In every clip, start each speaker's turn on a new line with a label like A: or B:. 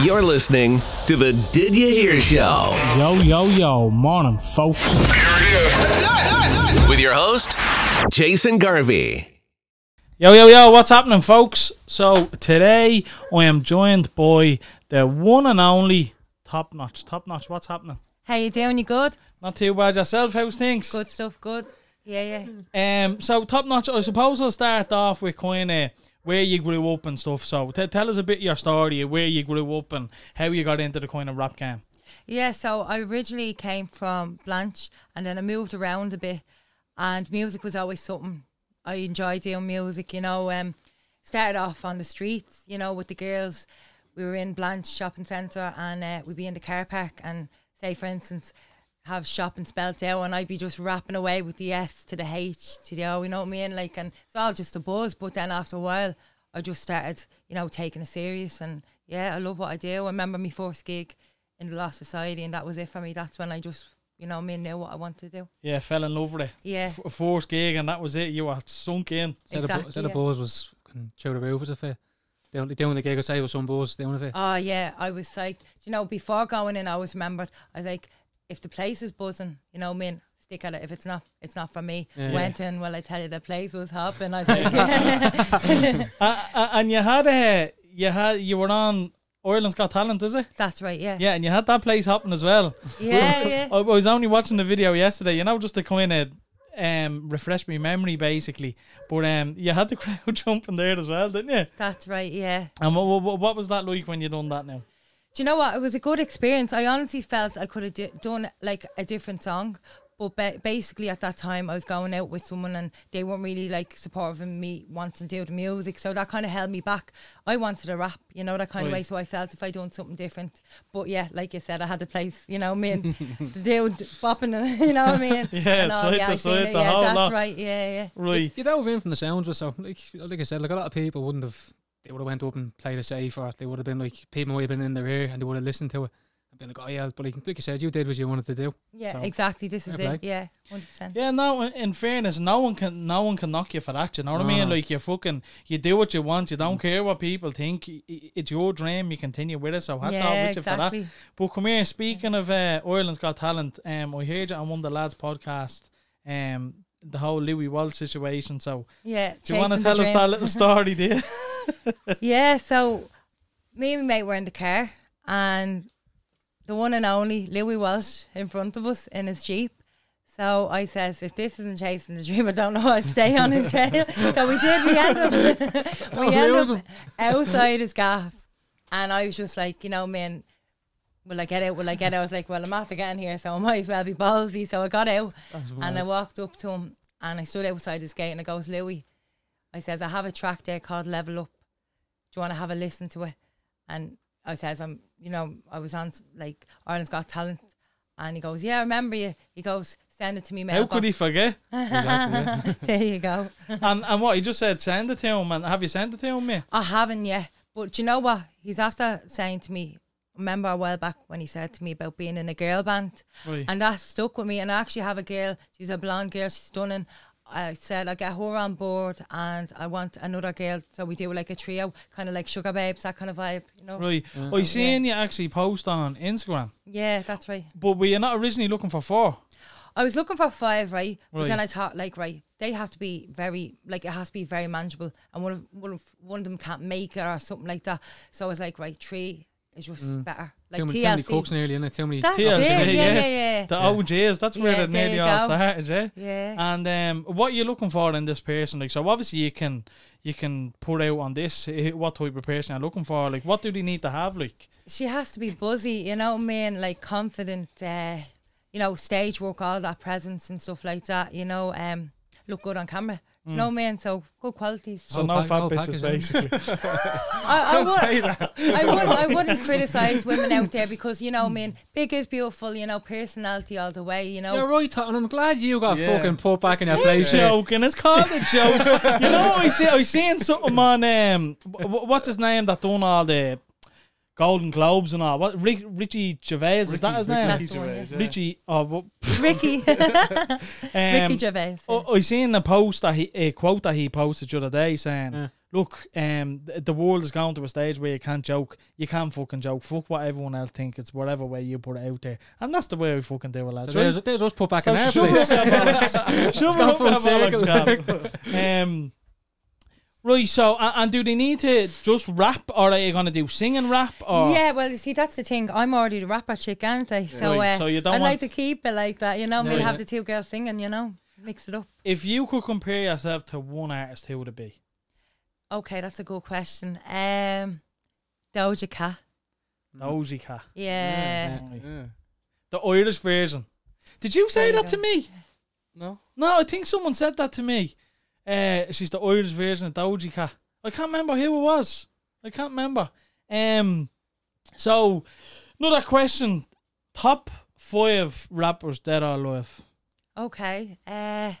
A: You're listening to the Did You Hear Show
B: Yo, yo, yo, morning, folks.
A: with your host, Jason Garvey.
B: Yo, yo, yo, what's happening, folks? So, today I am joined by the one and only Top Notch. Top Notch, what's happening?
C: How you doing? You good?
B: Not too bad yourself, how's things?
C: Good stuff. Good. Yeah, yeah.
B: Um, so, Top Notch, I suppose I'll start off with kind of where you grew up and stuff. So, t- tell us a bit of your story, where you grew up and how you got into the kind of rap game.
C: Yeah. So I originally came from Blanche, and then I moved around a bit, and music was always something I enjoyed doing. Music, you know. Um, started off on the streets, you know, with the girls. We were in Blanche shopping centre, and uh, we'd be in the car park, and say, for instance. Have shopping spelt out, and I'd be just rapping away with the S to the H to the O, you know what I mean? Like, and it's all just a buzz. But then after a while, I just started, you know, taking it serious. And yeah, I love what I do. I remember my first gig in the Lost Society, and that was it for me. That's when I just, you know, me knew what I wanted to do.
B: Yeah, fell in love with it.
C: Yeah.
B: F- first gig, and that was it. You were sunk in.
D: So
C: Exactly,
D: the, so the
C: yeah.
D: balls was fucking through the roof as if it. The only, the only gig I say was some balls, the only thing.
C: Oh yeah, I was psyched. Do you know, before going in, I always remembered. I was like, if the place is buzzing, you know, what I mean, stick at it. If it's not, it's not for me.
D: Yeah.
C: Went in, well, I tell you, the place was hopping. I was like,
B: Uh, uh, and you had a you had you were on Ireland's Got Talent, is it?
C: that's right, yeah,
B: Yeah, and you had that place happen as well.
C: yeah, yeah.
B: I was only watching the video yesterday, you know, just to kind of um refresh my memory basically. But um, you had the crowd jumping there as well, didn't you?
C: That's right, yeah.
B: And what, what, what was that like when you done that now?
C: Do you know what? It was a good experience. I honestly felt I could have di- done like a different song. But ba- basically, at that time, I was going out with someone and they weren't really like supportive of me wanting to do the music. So that kind of held me back. I wanted to rap, you know, that kind of
B: Right.
C: way. So I felt if I done something different. But yeah, like you said, I had the place, you know, me and the dude bopping, the, you know what I mean?
B: Yeah,
C: and
B: side to
C: I seen
B: side,
C: it.
B: the
C: Yeah,
B: whole
C: that's
B: lot.
C: right. Yeah, yeah.
B: Right.
D: You dove in from the sounds or something. Like, like I said, like a lot of people wouldn't have, they would have went up and played a safe or they would have been like, people would have been in their ear and they would have listened to it and been like, oh yeah, but like, like you said, you did what you wanted to do.
C: Yeah,
D: So,
C: exactly. This is
D: fair
C: it. Yeah, 100%.
B: Yeah, no. in- In fairness, no one can, no one can knock you for that. You know what I
D: No,
B: mean?
D: no.
B: Like you fucking, you do what you want. You don't
C: Mm.
B: care what people think. I- i- It's your dream. You continue with it. So hats
C: Yeah,
B: off with you for that.
C: exactly.
B: But come here. Speaking of uh, Ireland's Got Talent, um, I heard you on one of the lads' podcast. Um, the whole Louis Walsh situation. So
C: Yeah.
B: do you want to
C: chasing the
B: tell us
C: dream.
B: that little story, dear?
C: Yeah, so me and my mate were in the car and the one and only Louis Walsh in front of us in his Jeep. So I says, if this isn't chasing the dream, I don't know how I stay on his tail. so we did, we ended up, we ended up outside his gaff. And I was just like, you know, man, will I get out? Will I get out? I was like, well, I'm after getting here, so I might as well be ballsy. So I got out and I walked up to him and I stood outside his gate and I goes, Louis, I says, I have a track there called Level Up. Do you want to have a listen to it? And I says, I'm, you know, I was on like Ireland's Got Talent. And he goes, yeah, I remember you. He goes, send it to me,
B: How could he forget?
D: Exactly,
C: There you go.
B: And and what he just said, send it to him. And have you sent it to him, mate?
C: I haven't yet. But do you know what? He's after saying to me, remember a while back when he said to me about being in a girl band.
B: Right.
C: And that stuck with me. And I actually have a girl, she's a blonde girl, she's stunning. I said, I get her on board and I want another girl. So we do like a trio, kind of like Sugar Babes, that kind of vibe, you know?
B: Right. I seen you actually post on Instagram,
C: Yeah, that's right.
B: but were you not originally looking for four?
C: I was looking for five, right? But then
B: Right.
C: I thought, like, right, they have to be very, like, it has to be very manageable, and one of one of, one of them can't make it or something like that. So I was like, right, three is just better, like E.
D: too, many, too many cooks
C: TLC.
D: nearly in it, too many.
C: That's it,
B: TLC,
C: yeah,
B: yeah.
C: yeah, yeah.
B: The OGs, that's where
C: Yeah,
B: it
C: there
B: nearly
C: you
B: all
C: go.
B: started, yeah?
C: Yeah.
B: And um, what you're looking for in this person, like, so obviously you can you can put out on this eh, what type of person you're looking for, like, what do they need to have, like?
C: She has to be buzzy, you know what I mean? Like confident, uh, you know, stage work, all that presence and stuff like that. You know, um, look good on camera. Do You
B: Mm.
C: know what I mean? So good qualities.
B: So
D: Whole
B: no
D: pack-
B: fat
D: whole
B: bitches,
D: package, eh?
B: basically.
C: I, I would, I would, I wouldn't criticize women out there because you know, I mean, big is beautiful. You know, personality all the way. You know,
D: You're right, and I'm glad you got
E: Yeah.
D: fucking put back in your place. here.
B: joking, it's called a joke. you know, I see, I seen something on um, wh- wh- what's his name that done all the Golden Globes and all. What Rick, Richie Gervais is that his name?
C: That's the one, yeah.
E: Gervais,
B: Richie, oh, um, what,
C: Ricky,
B: um,
C: Ricky Gervais. yeah.
B: Oh, I, I seen a post that he a quote that he posted the other day saying,
D: Yeah.
B: look, um, th- the world is going to a stage where you can't joke. You can't fucking joke. Fuck what everyone else thinks. It's whatever way you put it out there, and that's the way we fucking do it, lads.
D: So
B: right?
D: there's, there's us put back
B: So
D: in our
B: shove
D: place.
B: it up our bollocks. Shove
D: It's
B: it
D: gone
B: up
D: full
B: our bollocks,
D: circle.
B: Gav. Um, right. So, a- and do they need to just rap, or are you gonna do singing rap? Or
C: Yeah, well, you see, that's the thing. I'm already the rapper chick, aren't I? So,
B: Right,
C: uh,
B: so you don't
C: I
B: want-
C: like to keep it like that, you know.
D: Yeah,
C: we'll
D: yeah.
C: have the two girls singing, you know, mix it up.
B: if you could compare yourself to one artist, who would it be?
C: Okay, that's a good question. Um, Doja Cat.
D: Mm.
B: Nosy Cat,
C: Yeah.
E: Yeah.
B: the Irish version. Did you say
C: There you
B: that to
C: go.
B: me?
E: No.
B: No, I think someone said that to me. Uh, she's the Irish version of Doji Cat. I can't remember who it was. I can't remember. Um, so another question: Top five rappers dead or alive?
C: Okay. Uh,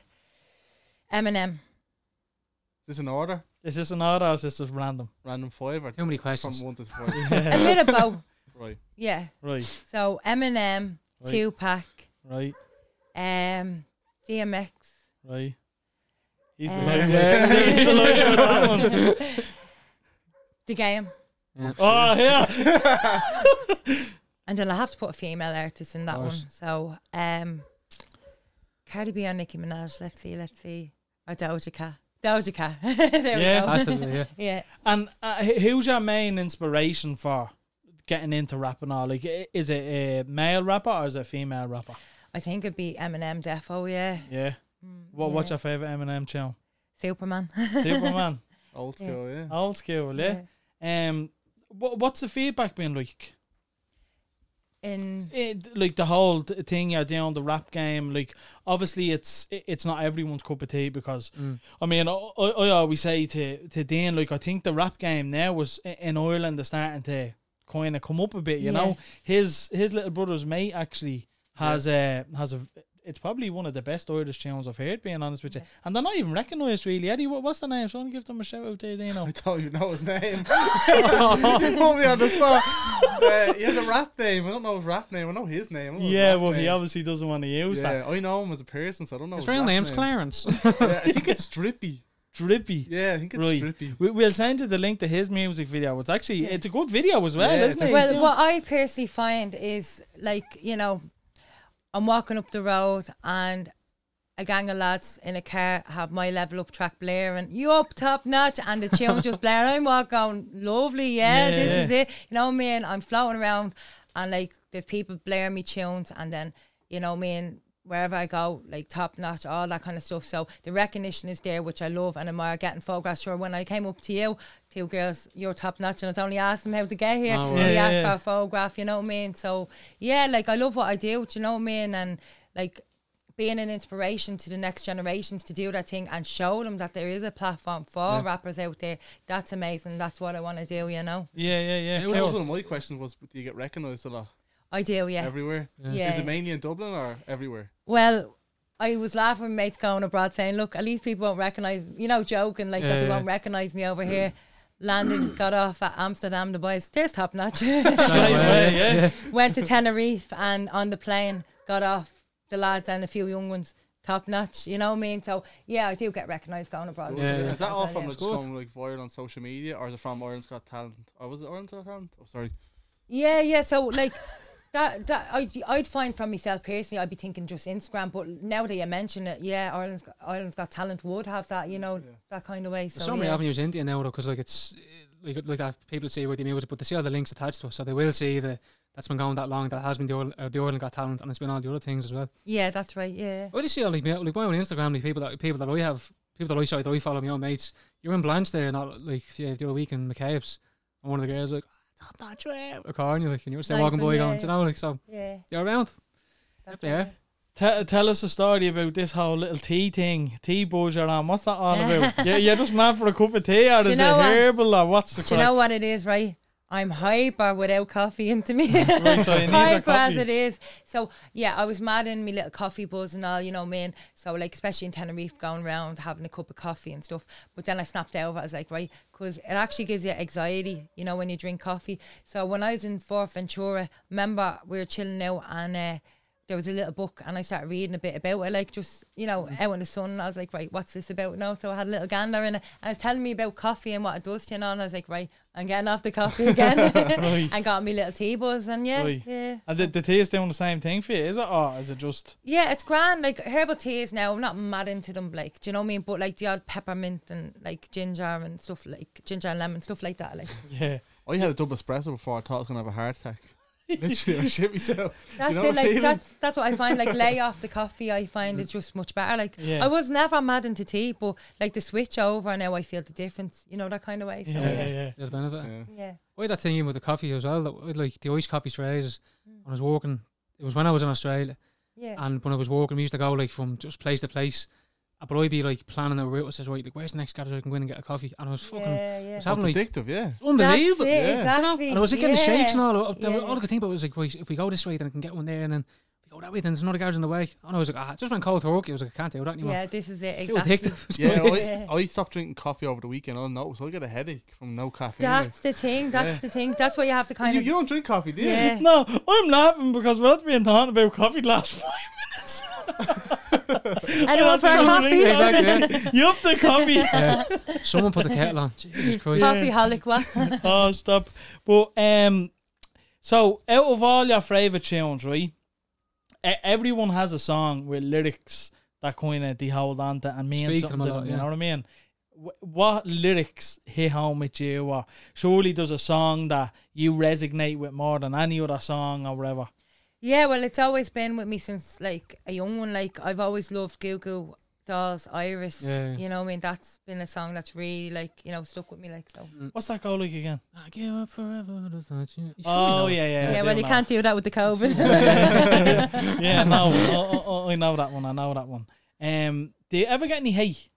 C: Eminem.
E: Is this an order?
B: Is this an order or is this just random?
E: Random five or
D: Too many questions.
E: from one to five?
C: A little bow.
E: Right.
C: Yeah.
B: Right,
C: So Eminem,
B: Right.
C: Tupac,
B: right,
C: um, DMX.
B: right. He's the
C: Um,
B: live. Yeah, he's the live. that one.
C: The game.
B: Oh yeah.
C: And then I'll have to put a female artist in that one.
D: course.
C: So, um, Cardi B or Nicki Minaj. Let's see, let's see. Or Doja Cat. Doja Cat. there
B: Yeah.
C: we
D: Has to
C: go.
D: be, yeah.
C: yeah.
B: And uh, wh- who's your main inspiration for getting into rapping? All like, i- is it a male rapper or is it a female rapper?
C: I think it'd be Eminem Defo, yeah.
B: Yeah. What
C: yeah.
B: What's your favorite Eminem tune?
C: Superman.
B: Superman,
E: Old school, yeah.
B: old school, yeah. Um, what What's the feedback been like?
C: In
B: It, like the whole th- thing you're doing, the rap game. Like, obviously, it's i- it's not everyone's cup of tea because
E: Mm.
B: I mean, I, I, I always say to to Dan, like, I think the rap game now was i- in Ireland is starting to kind of come up a bit. You
C: Yeah.
B: know, his his little brother's mate actually has a has a. It's probably one of the best Irish tunes I've heard. Being honest with you, and they're not even recognised really. Eddie, what, what's the name? Someone give them a shout out there, Dino.
E: I don't even know his name. you put me on the spot. Uh, he has a rap name. I don't know his rap name. I know his name. I don't know his
B: Yeah,
E: rap
B: well, he
E: name.
B: obviously doesn't want to use that.
E: Yeah, I know him as a person, so I don't know
D: His
E: rap
D: real name's
E: name.
D: Clarence.
E: Yeah, I think it's Drippy.
B: Drippy.
E: Yeah, I think it's
B: Right.
E: Drippy.
B: We, we'll send you the link to his music video. It's actually it's a good video as well,
E: Yeah,
B: isn't it?
E: it's
B: He's
C: well,
B: doing-
C: what I personally find is like you know, I'm walking up the road and a gang of lads in a car have my level up track blaring, you up top notch, and the tune just blaring. I'm walking, going, lovely, yeah,
B: Yeah,
C: this
B: yeah.
C: is it. You know what I mean? I'm floating around, and like there's people blaring me tunes, and then you know what I mean. Wherever I go, like top notch, all that kind of stuff. So the recognition is there, which I love, and I'm uh, getting photographs. Sure, when I came up to you, two girls, you're top notch, and I was only asking how to get here.
D: Oh,
C: and
D: right.
C: they
B: Yeah,
C: asked
B: yeah,
C: for
B: yeah.
C: a photograph, you know what I mean? So yeah, like I love what I do, do you know what I mean? And like being an inspiration to the next generations to do that thing and show them that there is a platform for rappers out there. That's amazing. That's what I want to do, you know.
B: yeah, yeah, yeah.
D: Yeah,
E: That was
B: cool.
E: one of my questions was, do you get recognised a lot
C: I do, yeah.
E: everywhere?
C: Yeah.
E: Is it mainly in Dublin or everywhere?
C: well, I was laughing with mates going abroad saying, Look, at least people won't recognise you know, joking like that
D: Yeah,
C: they
D: yeah.
C: won't recognise me
E: Mm.
C: over here. Landed, got off at Amsterdam, the boys, there's top notch.
D: uh,
B: Right, right, yeah.
C: went to Tenerife and on the plane got off the lads and a few young ones top notch. You know what I mean? So yeah, I do get recognised going abroad.
D: Yeah, yeah.
E: Is that all from
C: Yeah.
E: like, just going like viral on social media, or is it from Ireland's Got Talent? Or was it Ireland's Got Talent? Oh, sorry.
C: Yeah, yeah. So like that, that I, I'd find from myself personally, I'd be thinking just Instagram. But now that you mention it, yeah, Ireland's got, Ireland's got talent would have that. You know that kind of way. So,
D: There's so many
C: yeah.
D: avenues into it now, though, because like it's uh, like like that people see what the music, but they see all the links attached to it, so they will see that that's been going that long. That has been the oil, uh, the oil and got talent, and it's been all the other things as well.
C: yeah, that's right. Yeah.
D: I just see all like, me- like my own Instagram, like people that people that I have, people that I sorry that I follow, my own mates. You're in Blanche there, not like yeah, the other week in McCabe's, and one of the girls like. "Ah, Top notch rap, or calling you like, and you're still
C: Nice
D: walking
C: one,
D: by
C: yeah,
D: going,
C: yeah.
D: you know, like, so
C: Yeah.
D: you're around.
C: That's
D: Yeah.
C: right.
B: Te- tell us a story about this whole little tea thing, tea buzz you're on. What's that all about? yeah, you're just mad for a cup of tea, or
C: Do
B: is
C: you
B: it
C: know what?
B: herbal, or what's the
C: Do you know what it is, right? I'm hyper without coffee into me.
B: Right, so you need your
C: hyper as
B: coffee.
C: it is. So yeah, I was mad in my little coffee buzz and all, you know, man. So like, especially in Tenerife, going around having a cup of coffee and stuff. But then I snapped out of it. I was like, right, because it actually gives you anxiety, you know, when you drink coffee. So when I was in Fort Ventura, remember we were chilling out and. Uh, there was a little book and I started reading a bit about it, like just, you know,
B: Mm-hmm.
C: out in the sun. And I was like, right, what's this about now? So I had a little gander in it. And it's telling me about coffee and what it does to you know, and I was like, right, I'm getting off the coffee again. and got me little tea buzz and yeah,
B: Right.
C: yeah.
B: And the, the tea is doing the same thing for you, is it? Or is it just
C: Yeah, it's grand. Like herbal teas now, I'm not mad into them. Like, do you know what I mean? But like the odd peppermint and like ginger and stuff like ginger and lemon stuff like that. Like
B: yeah?
E: I had a double espresso before I thought I was gonna have a heart attack. Literally, I shit myself.
C: that's
E: know
C: it.
E: what I'm
C: Like
E: feeling?
C: that's that's what I find. Like lay off the coffee. I find it's just much better. Like
B: Yeah.
C: I was never mad into tea, but like the switch over now, I feel the difference. You know that kind of way. So,
B: Yeah, yeah, yeah.
D: There's a benefit.
E: Yeah.
C: yeah.
D: I had that thing in with the coffee as well. That I like the iced coffee trays.
C: Hmm.
D: When I was walking, it was when I was in Australia,
C: Yeah.
D: and when I was walking, we used to go like from just place to place. Uh, But I'd be like planning a route. I says, right, like, where's the next garage I can go in and get a coffee? And I was fucking,
C: yeah,
D: I
C: yeah.
D: was
E: It's
D: having like
E: addictive, yeah.
D: it's unbelievable.
C: That's it,
E: Yeah.
C: exactly.
D: And I was like, getting
C: yeah.
D: shakes and all. I,
C: Yeah.
D: All I could think about was like, right, if we go this way, then I can get one there, and then if we go that way, then there's another garage in the way. And I was like, ah, just went cold turkey. I was like, I can't do that anymore.
C: Yeah, this is it.
D: Too
C: Exactly.
D: addictive.
E: Yeah,
D: It's-
E: I, I stopped drinking coffee over the weekend. I know, so I get a headache from no caffeine. like.
C: That's the thing. That's the thing. That's what you have to kind
E: You,
C: of.
E: you don't drink coffee, do you?
C: yeah.
B: No, I'm laughing because we're not being talking about coffee the last five minutes.
C: Anyone for a coffee?
D: Exactly,
B: you up the coffee?
D: yeah. Someone put the kettle on. Jesus Christ.
C: Coffee holic, what?
B: oh, stop. But um, so out of all your favorite tunes, right? e- Everyone has a song with lyrics that kind of they hold on to and mean
D: Speak to
B: something.
D: them a
B: to
D: lot,
B: them,
D: yeah.
B: You know what I mean? Wh- What lyrics hit home with you? Or surely there's a song that you resonate with more than any other song or whatever.
C: Yeah, well, it's always been with me since like a young one. Like I've always loved Goo Goo Dolls, Iris.
D: Yeah, yeah.
C: You know, what I mean, that's been a song that's really like you know stuck with me. Like so.
B: What's that go like again?
D: I give up forever to touch you. You surely
B: Oh
D: know it.
B: yeah, yeah.
C: Yeah,
B: I do
C: well, you
B: know.
C: can't do that with the COVID.
B: Yeah, no, oh, I- I, I, I know that one. I know that one. Um, do you ever get any hate?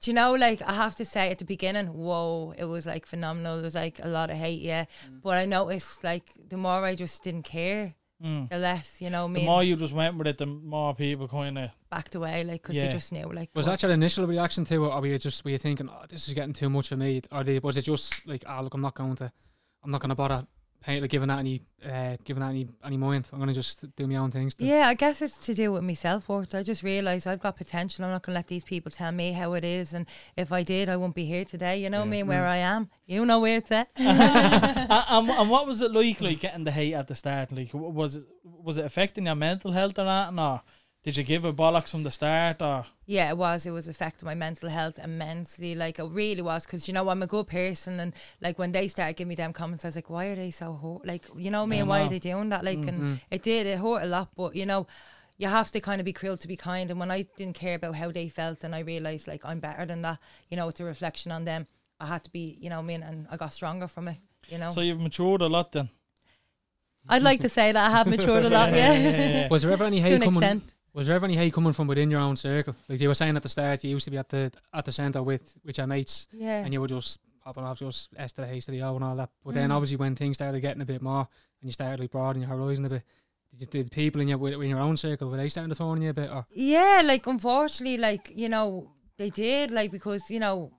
C: do you know? Like I have to say, at the beginning, whoa, it was like phenomenal. There was like a lot of hate. Yeah, but I noticed like the more I just didn't care, the less you know.
B: Hmm. The
C: Me
B: more you just went with it, the more people kind of
C: backed away, like because
B: Yeah.
C: you just knew. Like oh,
D: Was that your initial reaction to it, or were you just were you thinking, oh, this is getting too much for me, or did, was it just like, ah, look, I'm not going to, I'm not going to bother paying, like, giving that any, uh, giving that any, any mind. I'm going to just do my own things. to-
C: Yeah, I guess it's to do with myself worth. I just realised I've got potential. I'm not going to let these people tell me how it is. And if I did, I wouldn't be here today. You know what I mean? Where I am. You know where it's at.
B: and, and, and what was it like, like getting the hate at the start? Like, w- was it was it affecting your mental health or that? Or did you give a bollocks from the start? Or
C: yeah, it was. It was affecting my mental health immensely. Like, it really was. Because, you know, I'm a good person. And, like, when they started giving me them comments, I was like, why are they so hurt? Like, you know what I mean? Why are they doing that? Like, and it did. It hurt a lot. But, you know, you have to kind of be cruel to be kind. And when I didn't care about how they felt and I realised, like, I'm better than that, you know, it's a reflection on them. I had to be, you know what I mean? And I got stronger from it, you know?
B: so you've matured a lot then.
C: I'd like to say that I have matured a lot, yeah.
B: yeah.
D: Was there ever any
C: To
D: hate
C: an
D: coming?
C: extent.
D: Was there ever any hate coming from within your own circle? Like you were saying at the start, you used to be at the at the centre with with your mates,
C: Yeah.
D: and you were just popping off just S to the H to the O and all that. But then
C: Mm.
D: obviously when things started getting a bit more, and you started like broadening your horizon a bit, did, you, did people in your in your own circle were they starting to throw on you a bit? Or
C: Yeah, like unfortunately, like you know, they did like because you know,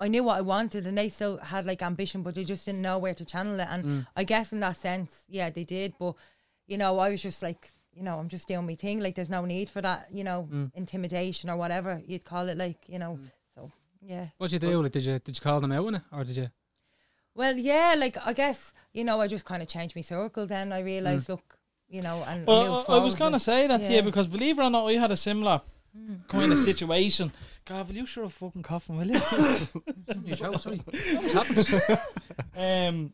C: I knew what I wanted, and they still had like ambition, but they just didn't know where to channel it. And
B: Mm.
C: I guess in that sense, yeah, they did. But you know, I was just like, you know, I'm just doing my thing. Like, there's no need for that, you know,
B: Mm.
C: intimidation or whatever you'd call it. Like, you know, so yeah.
D: what did you do? Like, did you did you call them out on it, or did you?
C: Well, yeah, like I guess you know, I just kind of changed my circle. Then I realized, look, you know, and
B: Mm. Well, I, I was
C: going
B: gonna say that to you
C: Yeah.
B: because believe it or not, I had a similar kind of situation. God, will you sure of fucking coughing, will you?
D: sorry.
B: um,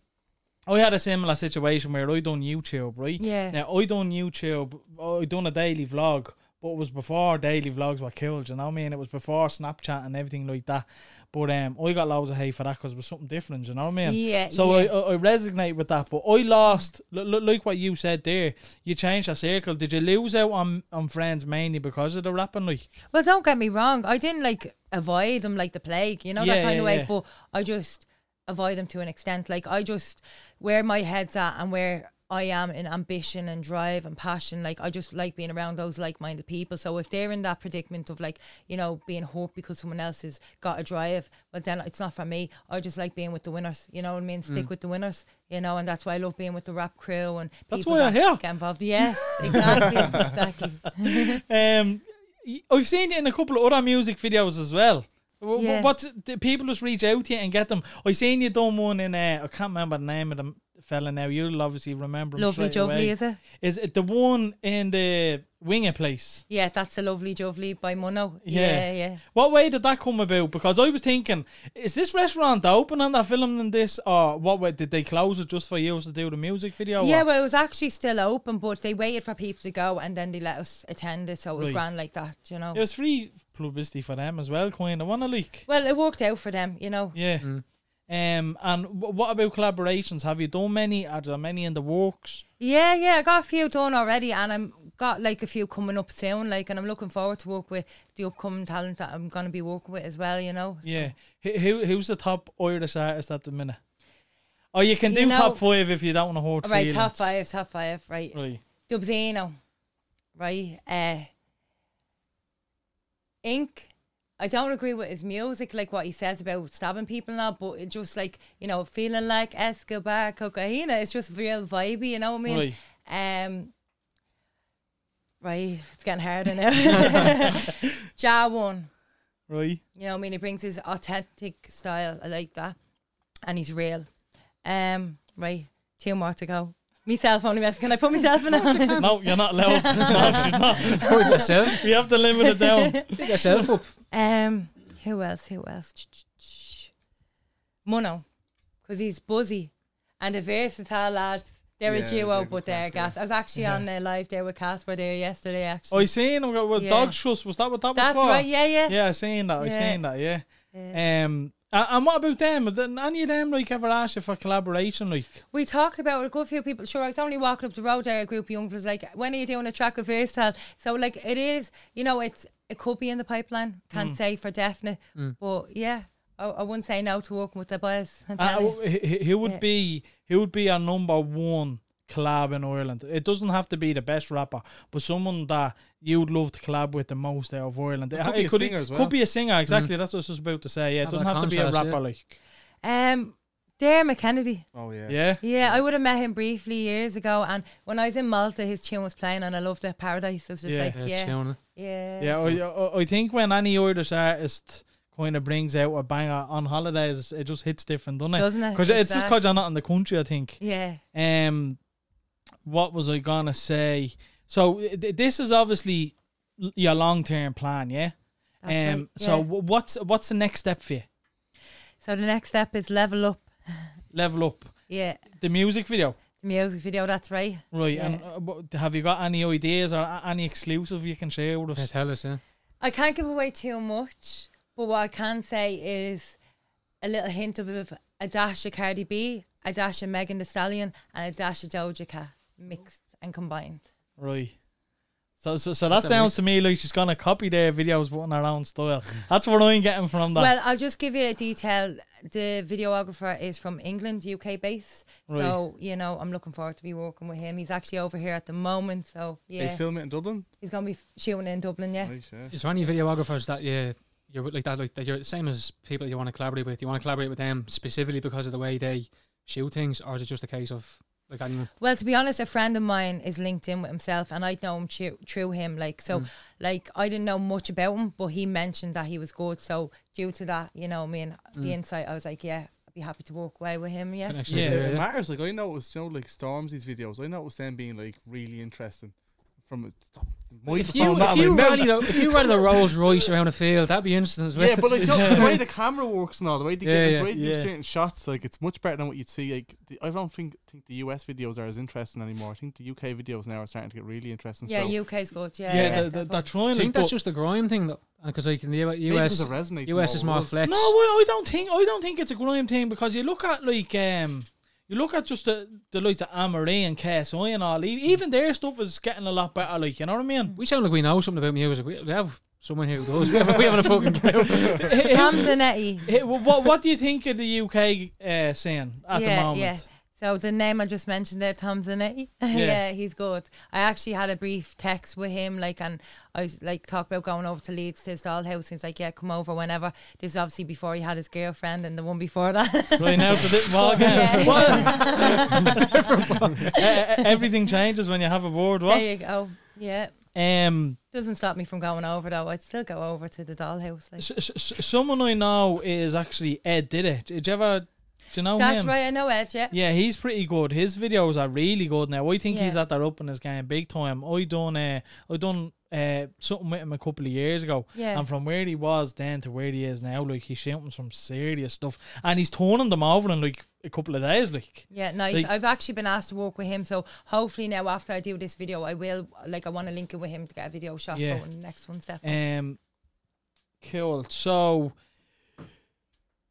B: I had a similar situation where I done YouTube, right?
C: Yeah.
B: Now I done YouTube. I done a daily vlog, but it was before daily vlogs were cool. do You know what I mean? It was before Snapchat and everything like that. But um, I got loads of hate for that because it was something different. do You know what I mean?
C: Yeah,
B: So
C: yeah.
B: I, I I resonate with that, but I lost. Look, like what you said there. You changed your circle. Did you lose out on on friends mainly because of the rapping? Like,
C: Well, don't get me wrong. I didn't like avoid them like the plague, you know,
B: Yeah,
C: that kind
B: yeah,
C: of way.
B: yeah.
C: But I just avoid them to an extent. Like I just where my head's at and where I am in ambition and drive and passion. Like I just like being around those like-minded people. So if they're in that predicament of like you know being hurt because someone else has got a drive, but then it's not for me. I just like being with the winners. You know what I mean?
B: Mm.
C: Stick with the winners. You know, and that's why I love being with the rap crew and
B: That's
C: people
B: why
C: that
B: I'm here.
C: Get involved. Yes, exactly, exactly.
B: Um, y- I've seen it in a couple of other music videos as well. Wh- wh-
C: Yeah.
B: What do people just reach out to you and get them? I seen you done one in uh, I can't remember the name of the m- fella now. You'll obviously remember. Him
C: Lovely,
B: straight
C: jovely,
B: away.
C: is it?
B: Is it the one in the winger place?
C: Yeah, that's a lovely, jovely by Mono.
B: Yeah.
C: Yeah, yeah.
B: What way did that come about? Because I was thinking, is this restaurant open and they're filming this, or what way did they close it just for you to do the music video?
C: Yeah,
B: or-
C: well, it was actually still open, but they waited for people to go and then they let us attend it. So it was
B: Right.
C: grand like that, you know.
B: it was free publicity for them as well, kind of. Want to leak?
C: well, it worked out for them, you know.
B: Yeah. Um, and w- what about collaborations? Have you done many? Are there many in the works?
C: Yeah, yeah, I got a few done already, and I'm got like a few coming up soon. Like, and I'm looking forward to work with the upcoming talent that I'm gonna be working with as well. You know.
B: Yeah. Who, who who's the top Irish artist at the minute? Oh, you can
C: You
B: do top
C: know-
B: five if you don't want to hoard
C: All right,
B: feelings.
C: top five, top five, right?
B: Right.
C: Dubzino, right? Uh, Ink. I don't agree with his music, like what he says about stabbing people and all, but it just like, you know, feeling like Escobar, cocaina, it's just real vibey, you know what I mean? Um, right, it's getting harder now. ja one,
B: Right.
C: you know what I mean? He brings his authentic style, I like that, and he's real. Um, right, two more to go. Myself only mess. Can I put myself in it?
B: Right. no, you're not allowed. no, she's not.
D: Put yourself,
B: We have to limit it down.
D: pick yourself up.
C: Um, who else? Who else? Ch- ch- ch- Mono, because he's buzzy and the versatile lads. They're
E: Yeah,
C: a
E: they're
C: duo,
E: good
C: but they're
E: crack, yeah.
C: gas. I was actually on their live there with Casper there yesterday. Actually,
B: I seen him. Well,
C: Yeah.
B: Dog Trust, was that what that
C: that's
B: was for?
C: right. Yeah, yeah.
B: Yeah, I seen that. I
C: Yeah.
B: seen that. Yeah. Um. a- And what about them? Have th- Any of them like ever asked you for collaboration? Like,
C: We talked about it, a good few people. Sure, I was only walking up the road there. A group of young fellas like, when are you doing a track with versatile? So like, it is. You know, it's it could be in the pipeline. Can't say for definite, but yeah, I, I wouldn't say no to working with the boys. I'm
B: Uh,
C: telling you.
B: wh- wh- who would
C: Yeah.
B: be who would be our number one collab in Ireland? It doesn't have to be the best rapper, but someone that you'd love to collab with the most out of Ireland. It it
E: could be a singer as well. Mm-hmm.
B: Could be a singer, exactly. That's what I was just about to say. Yeah, it
D: Have
B: doesn't
D: a
B: have to be a
D: contrast,
B: rapper.
D: yeah.
B: Like,
C: Um, Dermot Kennedy.
E: Oh yeah.
B: yeah,
C: Yeah, I would have met him briefly years ago, and when I was in Malta, his tune was playing, and I loved it, Paradise. I was just
B: Yeah.
C: like,
D: Yeah, it's
C: yeah,
D: chilling, eh?
C: yeah,
B: yeah. I, I, I think when any Irish artist kind of brings out a banger on holidays, it just hits different, doesn't it?
C: Doesn't it?
B: Because it's just because you're not in the country. I think.
C: yeah.
B: Um, what was I gonna say? So th- th- this is obviously l- your long term plan, yeah.
C: That's right,
B: Um, So
C: yeah.
B: w- what's what's the next step for you?
C: So the next step is level up.
B: Level up
C: Yeah,
B: the music video,
C: the music video. That's right.
B: right?
C: Yeah.
B: And uh, what- have you got any ideas or a- any exclusive you can share with
D: Yeah,
B: us?
D: tell us, yeah.
C: I can't give away too much, but what I can say is a little hint of of a dash of Cardi B, a dash of Megan Thee Stallion, and a dash of Doja Cat mixed and combined.
B: Right. So, so, so that sounds to me like she's gonna copy their videos but in her own style. That's what I'm getting from that.
C: Well, I'll just give you a detail. The videographer is from England, UK base. So, you know, I'm looking forward to be working with him. He's actually over here at the moment. So, yeah,
E: He's filming it in Dublin.
C: he's going to be f- shooting in Dublin, yeah.
E: Nice, yeah.
D: Is there any videographers that you you're with- like that like that you're the same as people you want to collaborate with? You want to collaborate with them specifically because of the way they shoot things, or is it just a case of like anyone?
C: Well, to be honest, a friend of mine is linked in with himself, and I know him through, through him. Like, so, like, I didn't know much about him, but he mentioned that he was good. So, due to that, you know, me and the insight, I was like, yeah, I'd be happy to walk away with him, yeah.
D: connections
B: Yeah,
D: there,
E: It matters. Like I noticed, you know, like Stormzy's videos. I noticed them being like really interesting. From stop.
D: If you if you, rally the, if you rally the Rolls Royce around the field, that'd be interesting as well.
E: yeah, but like you know, the way the camera works and all, the way they
D: Yeah,
E: get,
D: yeah,
E: the way they
B: yeah.
E: do certain shots, like it's much better than what you'd see. Like the, I don't think think the US videos are as interesting anymore. I think the UK videos now are starting to get really interesting.
C: Yeah,
E: so
C: UK's good, yeah.
B: yeah, they're, they're,
C: definitely.
B: they're trying.
D: I
B: like,
D: think that's
B: but-
D: just the grime thing though, because like in the
E: maybe
D: US,
E: because it resonates
D: US is more
E: with us.
D: flex.
B: No, I, I don't think I don't think it's a grime thing because you look at like um you look at just the the likes of Amory and KSI and all e- even their stuff is getting a lot better. Like you know what I mean?
D: we sound like we know something about music. We, we have someone here who does. We haven't, we haven't a fucking clue.
C: Tom Zanetti.
B: Hey, wh- what what do you think of the UK uh, scene at the moment?
C: Yeah. So the name I just mentioned there, Tom Zanetti. yeah. he's good. I actually had a brief text with him, like, and I was like talked about going over to Leeds to his dollhouse. He was like, "Yeah, come over whenever." This is obviously before he had his girlfriend and the one before that.
B: Right now, for the, well, again,
C: Yeah.
B: what? Eh, eh, everything changes when you have a board. What?
C: there you go. Yeah,
B: Um,
C: doesn't stop me from going over though. I'd still go over to the dollhouse. Like.
B: s- s- s- someone I know is actually Ed. Did it? Did you ever? Do you know
C: That's
B: him?
C: right. I know Ed. Yeah.
B: Yeah, he's pretty good. His videos are really good now. I think he's
C: Yeah.
B: at their up in his game big time. I done uh, I done uh, something with him a couple of years ago.
C: Yeah.
B: And from where he was then to where he is now, like he's shouting some serious stuff. And he's turning them over in like a couple of days, like
C: Yeah, nice.
B: Like-
C: I've actually been asked to work with him, so hopefully now after I do this video, I will like I want to link it with him to get a video shot
B: Yeah.
C: for when the next one's definitely.
B: um cool. So y-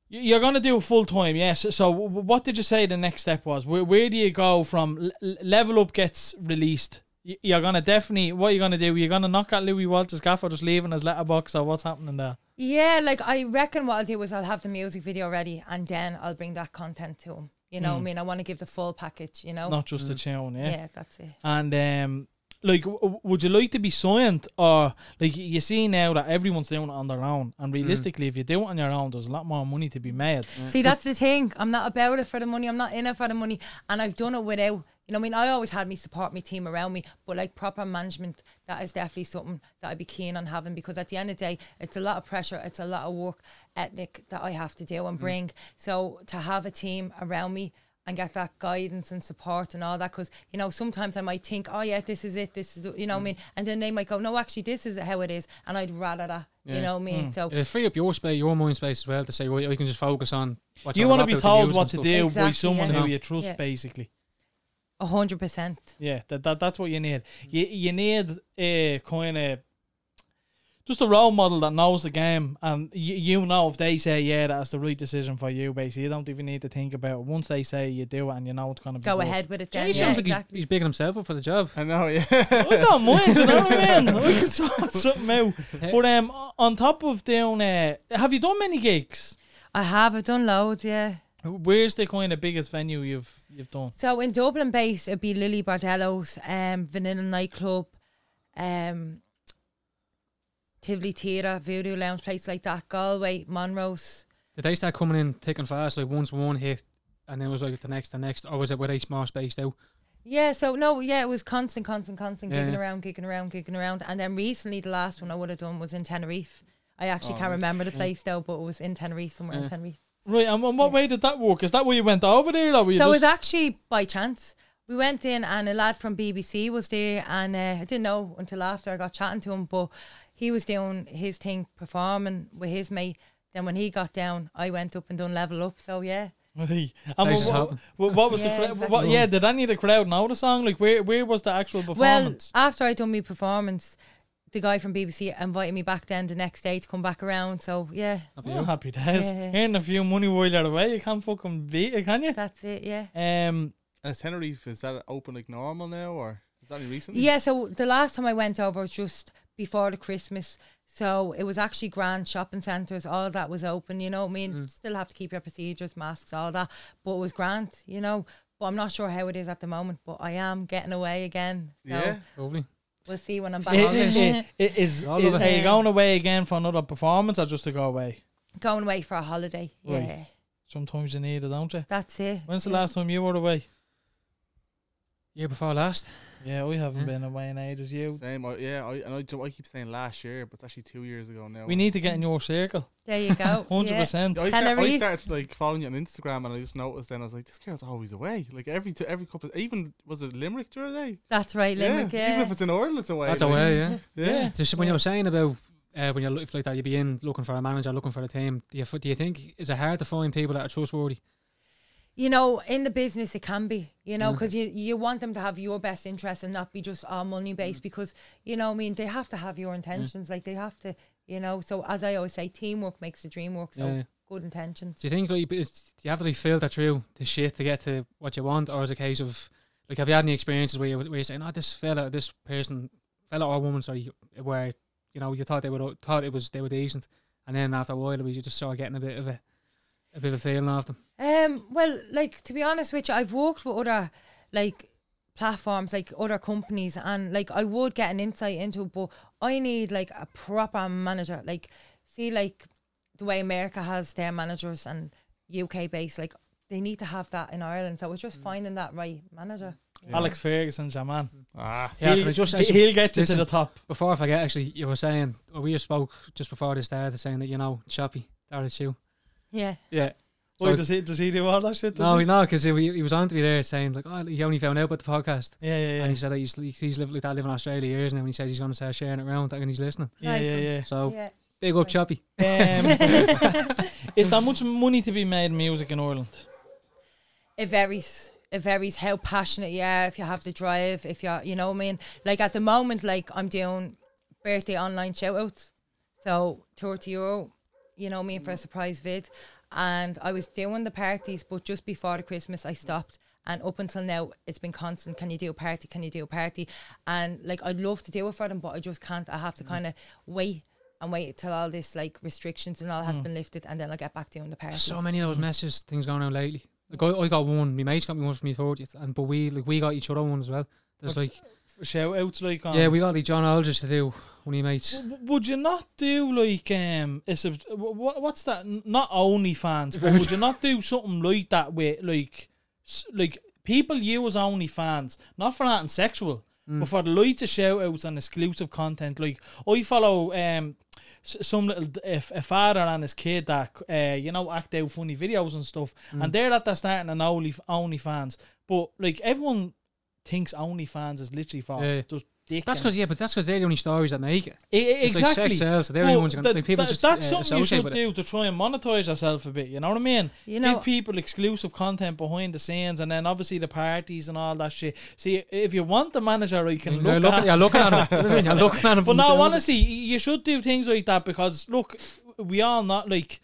B: you're gonna do full time, yes. So w- w- what did you say the next step was? Where where do you go from? L- L- level up gets released. Y- You're gonna definitely. What you gonna do? You're gonna knock at Louis Walters' gaff or just leaving his letterbox or what's happening there?
C: yeah, like I reckon what I'll do is I'll have the music video ready, and then I'll bring that content to him. You know, what I mean, I want to give the full package. You know,
B: Not just the tune, yeah.
C: Oh. yeah. that's it.
B: And um, like, w- w- would you like to be signed or like you see now that everyone's doing it on their own? And realistically, if you do it on your own, there's a lot more money to be made.
C: See, that's the thing. I'm not about it for the money. I'm not in it for the money, and I've done it without. You know, what I mean, I always had me support my team around me, but like proper management, that is definitely something that I'd be keen on having because at the end of the day, it's a lot of pressure, it's a lot of work ethic that I have to
D: Mm.
C: do and bring. So to have a team around me and get that guidance and support and all that, because you know sometimes I might think, oh yeah, this is it, this is the-" you know what I
D: Mm.
C: mean, and then they might go, no, actually this is how it is, and I'd rather that, you
D: Yeah.
C: know what I mean. So
D: It'll Uh, free up your space, your mind space as well to say, right, I can just focus on. What
B: you want to be told what to do by
C: Exactly,
B: someone
D: yeah.
B: who you trust,
C: Yeah.
B: basically.
C: a hundred percent,
B: Yeah, that, that that's what you need.
C: Mm.
B: You you need a kind of just a role model that knows the game, and you, you know if they say yeah, that's the right decision for you. Basically, you don't even need to think about it. Once they say you do it, and you know it's gonna be
C: go
B: good.
C: ahead with it. Then
D: He
C: yeah,
D: sounds like he's,
C: exactly.
D: he's bigging himself up for the job.
E: I know, yeah.
B: I don't mind. you know what I mean? We can sort something out. But um, on top of doing, uh, have you done many gigs?
C: I have. I've done loads, yeah.
B: Where's the kind of biggest venue you've you've done?
C: So in Dublin based, it'd be Lily Bardello's um, Vanilla Nightclub, um, Tivoli Theatre, Voodoo Lounge, places like that, Galway, Monrose.
D: Did they start coming in thick and fast? Like once one hit, and then it was like the next, the next, or was it where they smart spaced out?
C: Yeah, so no, yeah, it was constant, constant, constant,
D: Yeah,
C: gigging
D: yeah.
C: around, gigging around, gigging around. And then recently, the last one I would have done was in Tenerife. I actually can't remember the place though, but it was in Tenerife, somewhere in
D: Oh, Yeah.
C: Tenerife.
B: Right, and in what way did that work? Is that where you went over there, or were you
C: So it
B: just
C: was actually by chance. We went in and a lad from BBC was there, and uh, I didn't know until after I got chatting to him, but he was doing his thing, performing with his mate. Then when he got down, I went up and done level up. So yeah,
B: Right. And
D: Thanks
B: wha- wha-
D: for having.
B: wha- what was
C: Yeah,
B: the crowd? What,
C: exactly.
B: yeah, did any of the crowd know the song? Like, where where was the actual
C: well, ah,
B: performance?
C: after I done my performance, the guy from BBC invited me back then the next day to come back around. So yeah,
B: Oh, happy days.
C: Yeah.
B: Earning a few money while you're away, you can't fucking beat it, can you?
C: that's it. Yeah.
B: Um,
E: and is Tenerife, is that open like normal now or is that any recently?
C: Yeah, so the last time I went over was just before the Christmas. So it was actually grand shopping centres, all that was open, you know what I mean?
B: Mm.
C: Still have to keep your procedures, masks, all that. But it was grand, you know. But I'm not sure how it is at the moment, but I am getting away again. So
E: Yeah.
D: Lovely.
C: we'll see when I'm
B: i-
C: back.
B: i-
C: on.
B: i- i- is-
D: All of
B: is-
D: it.
B: are you going away again for another performance or just to go away?
C: Going away for a holiday. Yeah.
B: Right. Sometimes you need it, don't you?
C: That's it.
B: When's the
C: Yeah.
B: last time you were away?
D: Year before last.
B: Yeah, we haven't
D: Yeah.
B: been away in ages. You.
E: Same, I, yeah. I, and I, ju- I keep saying last year, but it's actually two years ago now.
B: We need to get in your circle.
C: There you go.
B: Hundred
C: yeah.
B: percent.
E: I, start, I
C: Tenerife.
E: started like following you on Instagram, and I just noticed. Then I was like, "This girl's always away. Like every t- every couple, even was it Limerick the other day?
C: That's right, Limerick. Yeah.
E: even if it's an Ireland, it's away.
D: That's
E: like,
D: away, yeah.
E: Yeah,
D: Just when you were saying about uh, when you're looking like that, you'd be in looking for a manager, looking for a team. Do you f- do you think is it hard to find people that are trustworthy?
C: you know, in the business, it can be, you know, because you, you want them to have your best interest and not be just all money based because, you know, I mean, they have to have your intentions. Like, they have to, you know, so as I always say, teamwork makes the dream work. So,
D: Yeah.
C: good intentions.
D: Do you think like, it's, do you have to like filter through the shit to get to what you want, or is it a case of like have you had any experiences where you where you're saying, oh, this fella, this person, fella or woman, sorry, where you know you thought they were thought it was they were decent, and then after a while, it was you just started getting a bit of a a bit of a feeling off them.
C: um, Um, well, like to be honest with you, I've worked with other like platforms, like other companies, and like I would get an insight into, it, but I need like a proper manager. Like, see, like the way America has their managers and UK based, like they need to have that in Ireland. So it's just finding that right manager.
E: Yeah.
B: Alex Ferguson's your man.
E: Ah,
D: Yeah,
B: he'll,
D: can I just- I
B: he-
D: should-
B: he'll get you
D: listen.
B: to the top.
D: Before I forget, actually, you were saying well, we just spoke just before this started saying that you know Choppy, that is you.
C: Yeah.
D: Yeah.
B: Wait,
D: So-
B: does he does he do all that shit? does
D: No,
B: he?
D: we know because he, he was on to be there saying like, oh, he only found out about the podcast,
B: Yeah, yeah, yeah.
D: and he said that he's he's lived like that living in Australia years now, and he says he's going to start sharing it around, and he's listening.
B: yeah,
C: Nice
B: yeah,
C: one.
B: yeah.
D: So
C: Yeah.
D: big up Choppy.
B: Um, is there much money to be made in music in Ireland?
C: It varies. It varies how passionate you are, if you have the drive, if you're, you know what I mean? Like at the moment, like I'm doing birthday online shout outs. So 30 euro, you know what I mean, for a surprise vid. And I was doing the parties, but just before the Christmas, I stopped. And up until now, it's been constant. Can you do a party? Can you do a party? And like, I'd love to do it for them, but I just can't. I
D: Mm.
C: have to kind of wait and wait till all this like restrictions and all has been lifted, and then I'll get back doing the parties.
D: Mm. So many of those messages, things going on lately. Like I, I got one, my mate's got me one from my thirtieth, and but we like we got each other one as well. There's like
B: Shout outs like on
D: yeah, we got like um, John Aldrich to do one of your mates.
B: W- Would you not do like um? It's a what, what's that? N- Not only fans, but would you not do something like that with like s- like people use only fans, not for anything sexual,
D: Mm.
B: but for the light of shout outs and exclusive content. Like I follow um s- some little d- if a father and his kid that uh, you know act out funny videos and stuff,
D: Mm.
B: and they're at the starting an only only fans, but like everyone thinks only fans is literally for
D: Yeah.
B: just. Dick
D: That's
B: and-
D: because yeah, but that's because they're the only stories that make it.
B: I- I-
D: It's like
B: E, exactly.
D: sex sells, so they're the
B: Well,
D: ones that- like, people
B: that-
D: just,
B: that's
D: uh,
B: something you
D: associate
B: should
D: with
B: do to try and monetize yourself a bit. You know what I mean?
C: You know-
B: give people exclusive content behind the scenes, and then obviously the parties and all that shit. See, if you want the manager, you can
D: You're
B: look at.
D: Mm, looking, you're looking at them. You know what I mean? You're looking at them.
B: But no,
D: themselves.
B: honestly, you should do things like that because look, we all not like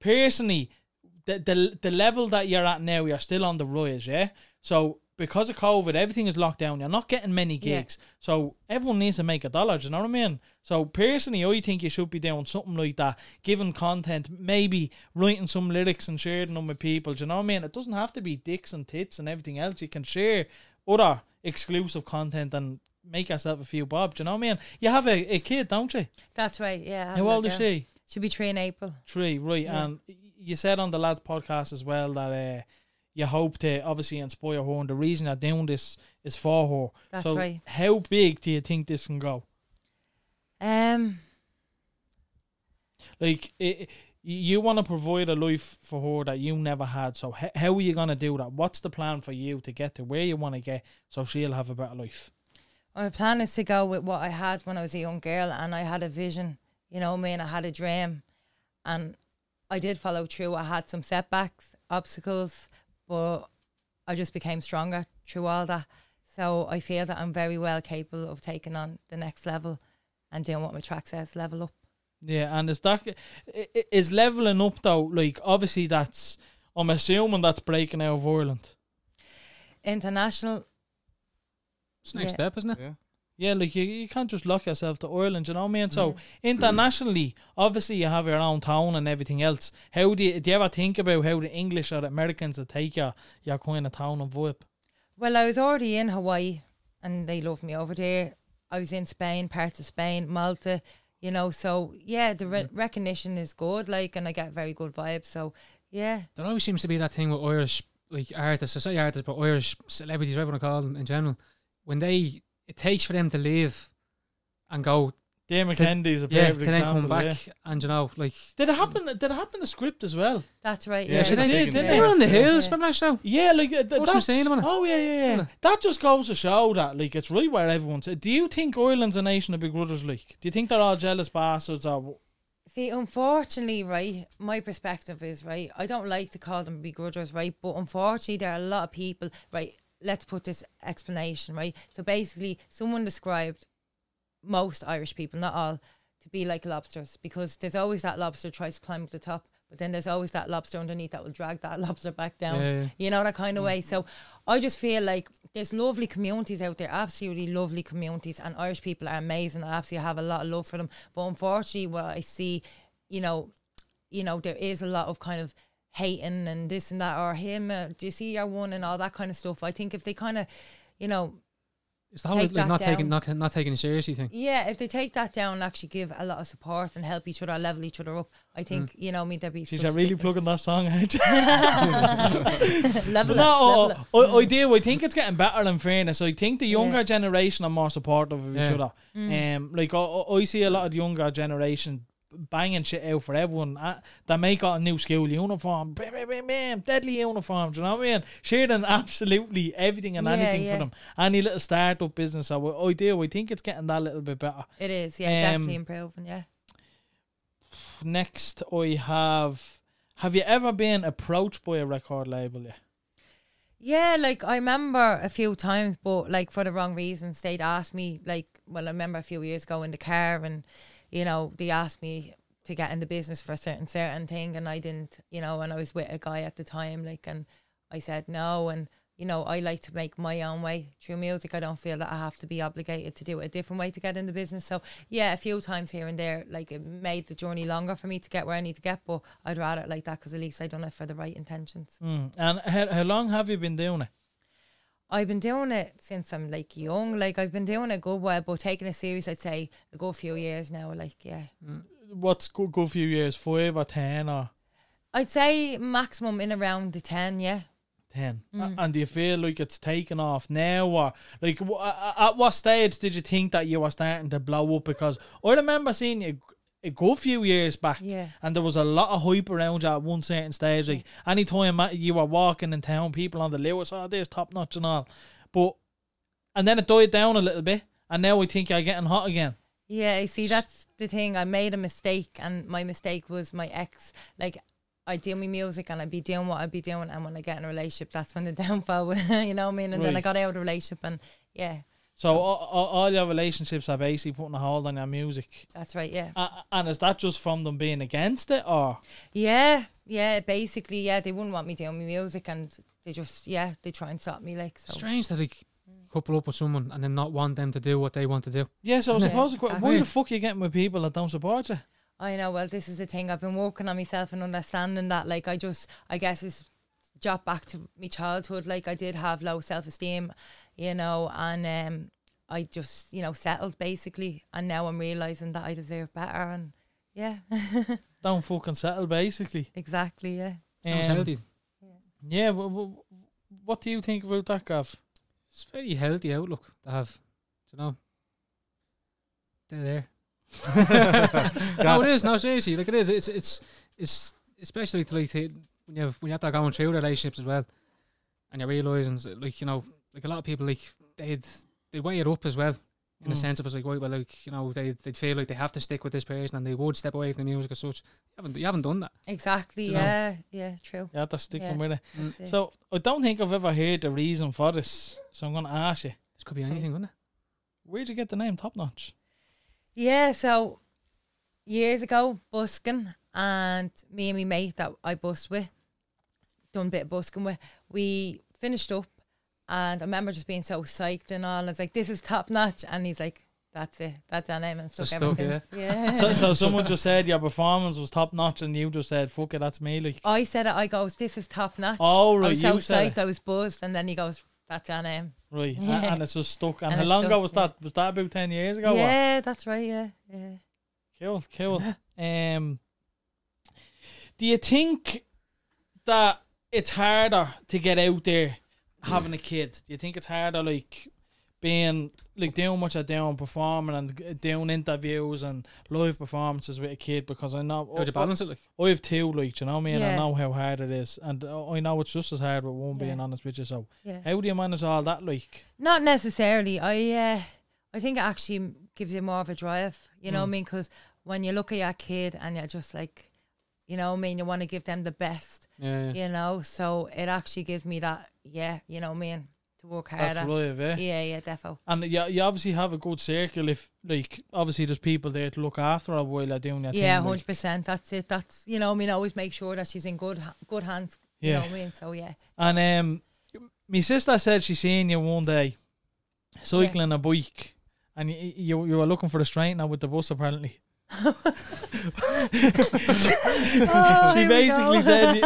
B: personally the the the level that you're at now, you're still on the rise, yeah. So because of COVID, everything is locked down. You're not getting many
C: Yeah.
B: gigs, so everyone needs to make a dollar. Do you know what I mean? So personally, I think you should be doing something like that, giving content, maybe writing some lyrics and sharing them with people. Do you know what I mean? It doesn't have to be dicks and tits and everything else. You can share other exclusive content and make yourself a few bob. Do you know what I mean? You have a, a kid, don't you?
C: That's right. Yeah. I have
B: How
C: a
B: old is
C: girl.
B: she?
C: Should be three in April.
B: Three, right.
C: Yeah.
B: And you said on the lads podcast as well that uh, you hope to obviously inspire her, and the reason you're doing this is for her.
C: That's
B: so
C: right.
B: How big do you think this can go?
C: Um,
B: Like, i i- you want to provide a life for her that you never had. So, h- how are you going to do that? What's the plan for you to get to where you want to get so she'll have a better life?
C: my plan is to go with what I had when I was a young girl, and I had a vision. You know, what I mean, I had a dream, and I did follow through. I had some setbacks, obstacles, but I just became stronger through all that. So I feel that I'm very well capable of taking on the next level and doing what my track says, level up.
B: Yeah, and is that i- i- is leveling up though? Like, obviously, that's I'm assuming that's breaking out of Ireland.
C: International,
D: it's next
C: yeah.
D: step, isn't it?
E: yeah.
B: Yeah, like you, you can't just lock yourself to Ireland, you know what I mean? So internationally, obviously you have your own town and everything else. How do you do you ever think about how the English or the Americans will take your your kind of town and vibe?
C: Well, I was already in Hawaii and they loved me over there. I was in Spain, parts of Spain, Malta, you know. So, yeah, the
D: Mm-hmm.
C: re- recognition is good, like, and I get very good vibes. So, yeah,
D: There always seems to be that thing with Irish like artists, I say artists, but Irish celebrities, whatever you call them in general. When they, it takes for them to leave and go,
B: Damon
D: To-
B: Kennedy's a
D: yeah, to
B: perfect
D: then
B: example.
D: come back
B: yeah.
D: and you know, like
B: Did it happen? Did it happen? The script as well.
C: that's right.
E: Yeah,
D: Yeah, so
B: they
D: they,
B: did, didn't
D: they were on the
C: Yeah.
D: hills.
C: Yeah.
D: Remember that show?
B: Yeah, like uh, th-
D: That's what I'm
B: that's.
D: saying, isn't it?
B: oh yeah, yeah, yeah.
D: Isn't
B: That just goes to show that like it's right where everyone's. Do you think Ireland's a nation of big brothers? Like, do you think they're all jealous bastards? Or
C: See, unfortunately, right, my perspective is, right, I don't like to call them begrudgers, right, but unfortunately, there are a lot of people, right, let's put this explanation, right. So basically, someone described most Irish people, not all, to be like lobsters because there's always that lobster tries to climb up the top, but then there's always that lobster underneath that will drag that lobster back down.
D: Yeah, Mm. yeah.
C: You know that kind of way. So I just feel like there's lovely communities out there, absolutely lovely communities, and Irish people are amazing. I absolutely have a lot of love for them, but unfortunately, what I see, you know, you know, there is a lot of kind of hating and this and that, or him, uh, do you see your one and all that kind of stuff. I think if they kind of, you know,
D: It's the whole
C: Take
D: like,
C: that
D: not taking
C: down.
D: not, not taking it seriously thing.
C: yeah, if they take that down and actually give a lot of support and help each other, level each other up, I think, you know, I mean, there'd be.
B: She's
C: such
B: uh, really
C: difference.
B: plugging that song out.
C: level
B: no, oh,
C: up, level
B: I, I, I do. I think it's getting better in fairness. I think the younger
C: Yeah. Mm.
B: generation are more supportive of each
D: Yeah.
B: other. Um, like I, I I see a lot of the younger generation banging shit out for everyone. Uh, they make out a new school uniform, bam, bam, bam, bam, deadly uniforms. You know what I mean? Sharing absolutely everything and
C: Yeah,
B: anything for
C: yeah.
B: them. Any little startup business, I, I do. I think it's getting that little bit better.
C: It is, yeah,
B: Um,
C: definitely improving, yeah.
B: Next, I have. Have you ever been approached by a record label? Yeah.
C: Yeah, like I remember a few times, but like for the wrong reasons. They'd asked me, like, well, I remember a few years ago in the car, and you know, they asked me to get in the business for a certain certain thing, and I didn't, you know, and I was with a guy at the time, like, and I said no, and you know, I like to make my own way through music. I don't feel that I have to be obligated to do it a different way to get in the business. So yeah, a few times here and there, like it made the journey longer for me to get where I need to get, but I'd rather it like that because at least I done it for the right intentions.
B: Mm. And how, how long have you been doing it?
C: I've been doing it since I'm like young. Like I've been doing it a good while, but taking it serious, I'd say a good few years now. Like yeah,
B: What's good, good few years? Five or ten or
C: I'd say maximum in around the ten. Yeah,
B: ten?
C: Mm.
B: A- And do you feel like it's taken off now, or like wha- a- a- at what stage did you think that you were starting to blow up? Because I remember seeing you. g- A good few years back,
C: Yeah.
B: and there was a lot of hype around you at one certain stage. Like anytime you were walking in town, people on the Lewis, oh, there's top notch and all. But and then it died down a little bit, and now I think you're getting hot again.
C: yeah. You see, that's the thing. I made a mistake, and my mistake was my ex. Like I do my music, and I'd be doing what I'd be doing, and when I get in a relationship, that's when the downfall. was, you know what I mean? And then I
B: Right.
C: got out of the relationship, and yeah,
B: So all, all, all your relationships are basically putting a hold on your music.
C: that's right. Yeah.
B: Uh, and is that just from them being against it, or
C: Yeah, yeah, basically, yeah, they wouldn't want me doing my music and they just, yeah, they try and stop me, like, so.
D: Strange that like
C: Mm.
D: couple up with someone and then not want them to do what they want to do.
B: yeah? So I
D: Yeah,
B: suppose the que-
C: exactly.
B: why the fuck are you getting with people that don't support you?
C: I know, well, this is the thing, I've been working on myself and understanding that, like, I just, I guess it's jump back to my childhood, like, I did have low self-esteem, you know, and um, I just, you know, settled, basically, and now I'm realising that I deserve better, and yeah,
B: Don't fucking settle, basically.
C: exactly, yeah.
D: Sounds
B: Um,
D: healthy.
B: Yeah. W- w- what do you think about that, Gav?
D: It's a very healthy outlook to have. Do you know? They're there. no, it is. No, seriously, like it is. It's it's it's especially to like to, when you have when you have to go through relationships as well, and you're realizing s- like you know like a lot of people like they'd they weigh it up as well in the
B: Mm.
D: sense of it's like right, well like you know they they'd feel like they have to stick with this person and they would step away from the music as such. You haven't you haven't done that.
C: Exactly,
D: Dunno.
C: yeah, yeah, true.
B: Yeah, that's sticking
C: Yeah.
B: with it.
C: That's it.
B: So I don't think I've ever heard the reason for this. So I'm gonna ask you,
D: This could be anything, wouldn't it?
B: where'd you get the name Top Notch?
C: Yeah, so years ago, busking, and me and my mate that I bus with, done a bit of busking with, we finished up, and I remember just being so psyched and all. I was like, this is top notch. And he's like, that's it, that's our name, and stuck
D: Just
C: ever
D: stuck,
C: since. Yeah.
B: So, so someone just said your performance was top notch, and you just said, "Fuck it, that's me." Like,
C: I said it, I goes, this is top notch.
B: Oh, right,
C: I was so
B: you said
C: psyched, I was buzzed, and then he goes, that's our name.
B: right, a-
C: Yeah.
B: and it's just stuck. And,
C: And
B: how
C: it's
B: long ago
C: stuck,
B: was
C: yeah.
B: that? Was that about ten years ago? or?
C: yeah, that's right, yeah, yeah.
B: Cool, cool. um, do you think that it's harder to get out there having a kid? Do you think it's harder, like being like doing what you're doing, performing and g- doing interviews and live performances with a kid? Because I know
D: How would you balance it? Like
B: I have two, like do you know what I mean. I
C: Yeah.
B: know how hard it is, and uh, I know it's just as hard. But one
C: Yeah.
B: being honest with you, so
C: Yeah.
B: how do you manage all that? Like,
C: Not necessarily. I uh, I think it actually gives you more of a drive. You
B: Mm.
C: know what I mean? Because when you look at your kid and you're just like, you know what I mean? You want to give them the best,
D: yeah, yeah.
C: you know? So it actually gives me that, yeah, you know what I mean? To work harder.
B: that's live, eh?
C: Yeah, yeah, defo.
B: And you, you obviously have a good circle if, like, obviously there's people there to look after her while they're doing their
C: Yeah,
B: thing. like-
C: hundred percent. That's it. That's you know. what I mean, I always make sure that she's in good, ha- good hands. You
B: Yeah.
C: know what I mean. So yeah,
B: And um, my sister said she seen you one day cycling a bike and you, you, you were looking for a straightener with the bus apparently.
C: Oh,
B: she
C: here we
B: basically
C: go.
B: said,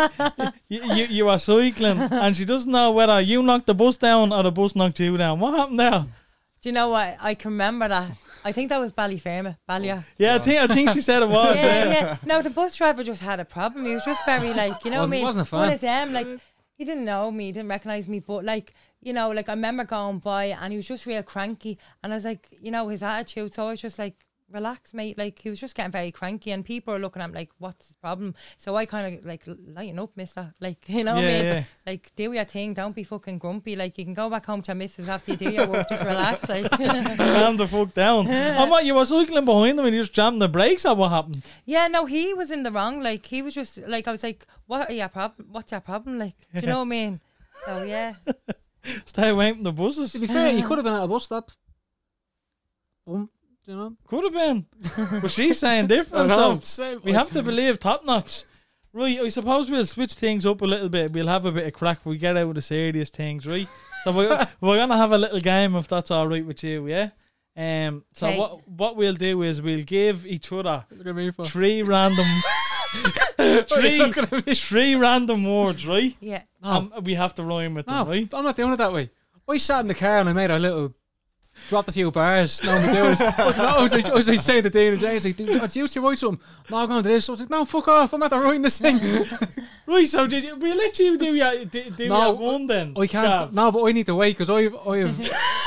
B: you, you, you are cycling, and she doesn't know whether you knocked the bus down or the bus knocked you down. What happened there?
C: Do you know what? I can remember that. I think that was Ballyferma, Ballia.
B: Yeah, I think I think she said it was.
C: yeah,
B: yeah.
C: yeah. No, the bus driver just had a problem. He was just very like, you know, what I
D: Wasn't-
C: mean,
D: wasn't a fan.
C: one of them. Like, he didn't know me, he didn't recognize me, but like, you know, like I remember going by and he was just real cranky, and I was like, you know, his attitude. So I was just like, relax, mate. Like he was just getting very cranky, and people are looking at him like, what's his problem? So I kind of like lighten up, Mister. Like, you know, what
B: Yeah,
C: I mean,
B: yeah.
C: like do your thing. Don't be fucking grumpy. Like you can go back home to your missus after you do your work. Just relax. Like.
B: Calm the fuck down. And what, you were cycling behind them and you just jammed the brakes or what happened?
C: Yeah, no, he was in the wrong. Like he was just like I was like, what are your problem? What's your problem? Like, do you know what I mean? So yeah,
B: Stay away from the buses.
D: To be fair, you could have been at a bus stop. Um, you know,
B: Could have been. But she's saying different. so we have to believe top notch. Right, I suppose we'll switch things up a little bit. We'll have a bit of crack. We get out of the serious things, right? So we're, we're gonna have a little game if that's all right with you, yeah. Um. So
C: Okay.
B: what what we'll do is we'll give each other
D: Look at me for.
B: three random, three three random words, right?
C: yeah.
D: Oh.
B: Um, we have to rhyme with
D: No,
B: them, right?
D: I'm not doing it that way. I sat in the car and I made a little, dropped a few bars. No, I'm doing it. I was like, I was like saying to Dean and Jay, I was like, "Dude, you used to write something. No, I'm going to do this. I was like, no, fuck off. I'm at the writing this thing.
B: Right. So did you, we let you do your do, do
D: No,
B: your one then?
D: I can't.
B: Gav?
D: No, but I need to wait because I've, I've,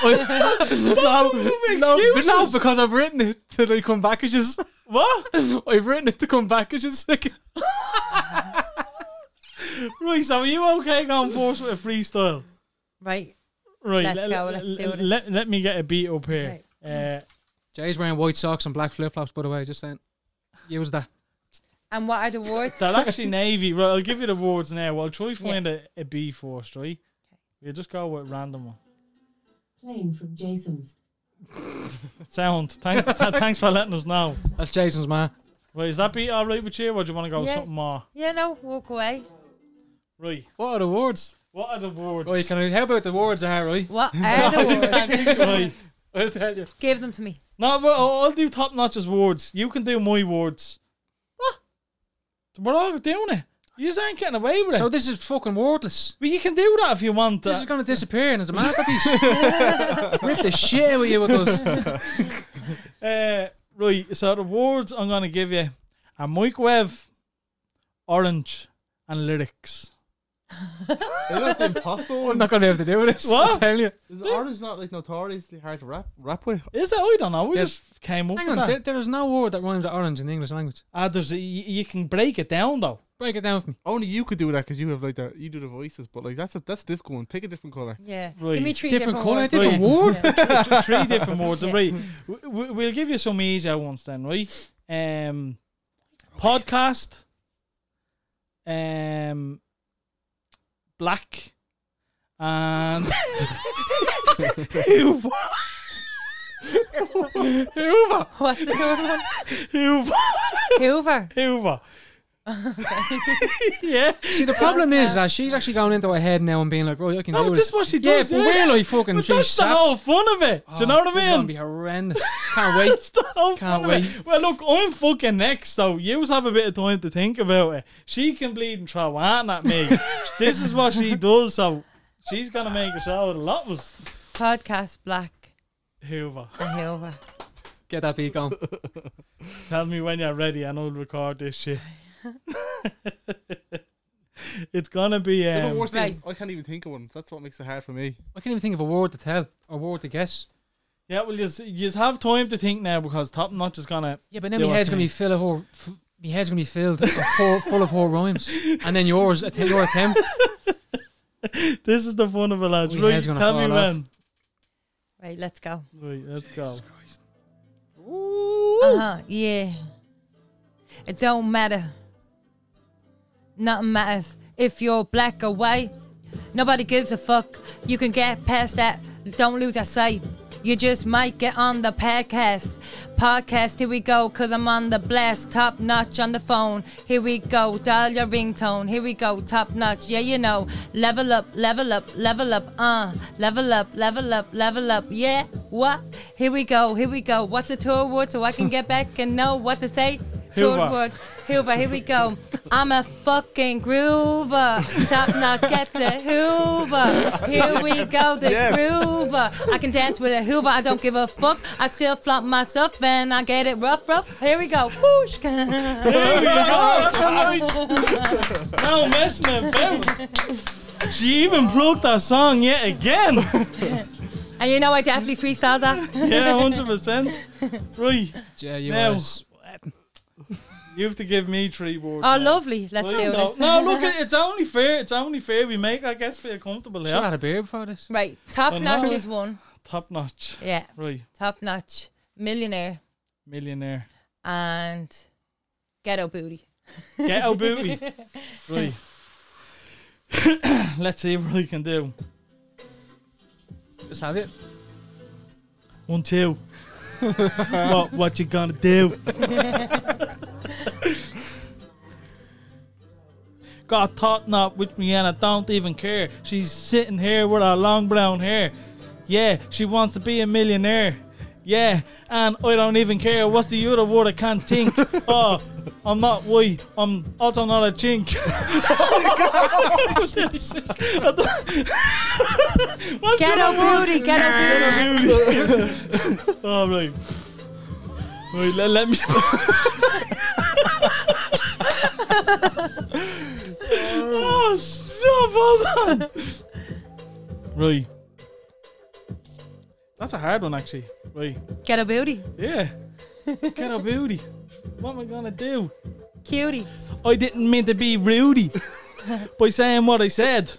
D: I've no,
B: make
D: no, but no,
B: excuses.
D: because I've written it till they come back. It's just,
B: What?
D: I've written it to come back. It's just like,
B: Right. So are you okay going force with a freestyle?
C: Right.
B: Right.
C: Let's go, let's do
B: let,
C: this.
B: let, me get a beat up here. Uh,
D: Jay's wearing white socks and black flip flops. By the way, just saying, use that.
C: And what are the words?
B: they're actually navy. Right, I'll give you the words now. I'll try find a, a B first, right? We'll just go with random one.
F: Playing from Jason's.
B: Sound. Thanks, th- thanks for letting us know.
D: That's Jason's man.
B: Right, is that beat all right with you, or do you want to go with
C: Yeah.
B: something more?
C: yeah, no, walk away.
B: Right.
D: What are the words?
B: What are the words?
D: Right, can I, how about the words are right?
C: What are the words?
B: right.
D: I'll tell you.
C: Give them to me.
B: No, but I'll I'll do top notch's words. You can do my words. What? We're all doing it. You just ain't getting away with it.
D: So this is fucking wordless.
B: but you can do that if you want.
D: This
B: uh,
D: is gonna disappear and it's a masterpiece. Rip the shit out of you with those.
B: Uh, right, so the words I'm going to give you are microwave, orange, and lyrics.
E: Isn't that the impossible
D: I'm
E: one?
D: not gonna be able to do this.
B: What?
D: I'm telling you.
E: Is orange not like notoriously hard to rap rap with?
B: Is that? I don't know. We
D: There's-
B: just came up
D: Hang
B: with
D: on,
B: that.
D: there, there is no word that rhymes with orange in the English language.
B: Ah, there's a, you, you can break it down though.
D: Break it down for me.
E: Only you could do that because you have like the you do the voices, but like that's a that's a difficult one. Pick a different color.
C: Yeah.
B: Right.
C: Give me three
D: Different
C: different,
D: colour,
C: words.
D: different word.
B: Th- Three different words.
C: Yeah.
B: Right, W- w- we'll give you some easier ones then. Right, um, podcast, um, black, and Hoover. Hoover.
C: What's the third one?
B: Hoover.
C: Hoover.
B: Hoover. yeah.
D: See, the problem is that she's actually going into her head now and being like, "Right, I can
B: No,
D: do
B: but
D: this."
B: this is what she
D: yeah,
B: does.
D: but we're like fucking
B: But
D: three
B: that's the
D: saps.
B: whole fun of it. Do you know
D: Oh,
B: what
D: This is
B: I
D: gonna
B: mean?
D: be horrendous. Can't wait.
B: That's the whole
D: Can't
B: fun of it. Well, look, I'm fucking next, so yous have a bit of time to think about it. She can bleed and throw on at me. this is what she does, so she's gonna make us out a lot was
C: Podcast Black
B: Hoover.
C: and Hoover.
D: Get that beat going.
B: Tell me when you're ready, and I'll record this shit. it's gonna be
E: But the
B: um,
E: worst thing,
C: Right.
E: I can't even think of one. That's what makes it hard for me.
D: I can't even think of a word to tell or word to guess.
B: yeah. Well, you you have time to think now because Top Notch is gonna
D: Yeah, but then
B: Yeah,
D: my
B: what
D: head's
B: can
D: gonna
B: you-
D: be full of whore, f- my head's gonna be filled of whore, full of whore rhymes, and then yours, att- your attempt.
B: This is the fun of a lad.
D: My
B: Right,
D: head's Oh, gonna
B: tell
D: fall
B: me
D: off.
B: when.
C: Right, let's go.
B: Right, let's go.
C: Uh huh. Yeah. It don't matter. Nothing matters if you're black or white. Nobody gives a fuck. You can get past that. Don't lose your sight. You just might get on the podcast. Podcast, here we go, cause I'm on the blast. Top notch on the phone. Here we go, dial your ringtone. Here we go, top notch. Yeah, you know. Level up, level up, level up, uh. Level up, level up, level up. Yeah, what? Here we go, here we go. What's a tour word so I can get back and know what to say? Tour
B: Hoover.
C: word. Hoover, here we go. I'm a fucking groover. Top notch, get the Hoover. Here we go, the
E: Yes.
C: Hoover. I can dance with a Hoover. I don't give a fuck. I still flaunt my stuff and I get it rough, rough. Here we go. Whoosh.
B: There we go. no messing about. She even plugged that song yet again.
C: and you know I definitely freestyle that.
B: Yeah, hundred percent. Right,
D: Yeah, you
B: Now-
D: are sweating.
B: you have to give me three words.
C: Oh,
B: now.
C: lovely. Let's do
B: So-
C: this.
B: no, look, it's only fair. It's only fair we make, I guess, feel comfortable.
D: Should have
B: Yeah,
D: had a beer before this.
C: Right, top
B: Oh, no.
C: notch is one.
B: top notch.
C: Yeah,
B: Right,
C: top notch. Millionaire
B: millionaire.
C: and ghetto booty.
B: Ghetto booty. Right. Let's see what we can do.
D: Just had it.
B: One, two. Um what, what you gonna do? Got top knot with me and I don't even care. She's sitting here with her long brown hair. Yeah, she wants to be a millionaire. Yeah, and I don't even care. What's the other word I can't think? oh, I'm not white. I'm also not a chink. What's the
C: Ghetto
B: other word?
C: booty, ghetto booty.
B: oh, right. Wait, let, let me. oh, stop! Hold on. Right. That's a hard one, actually. Right.
C: Ghetto booty.
B: Yeah. Get a booty. What am I gonna do?
C: Cutie.
B: I didn't mean to be rude by saying what I said.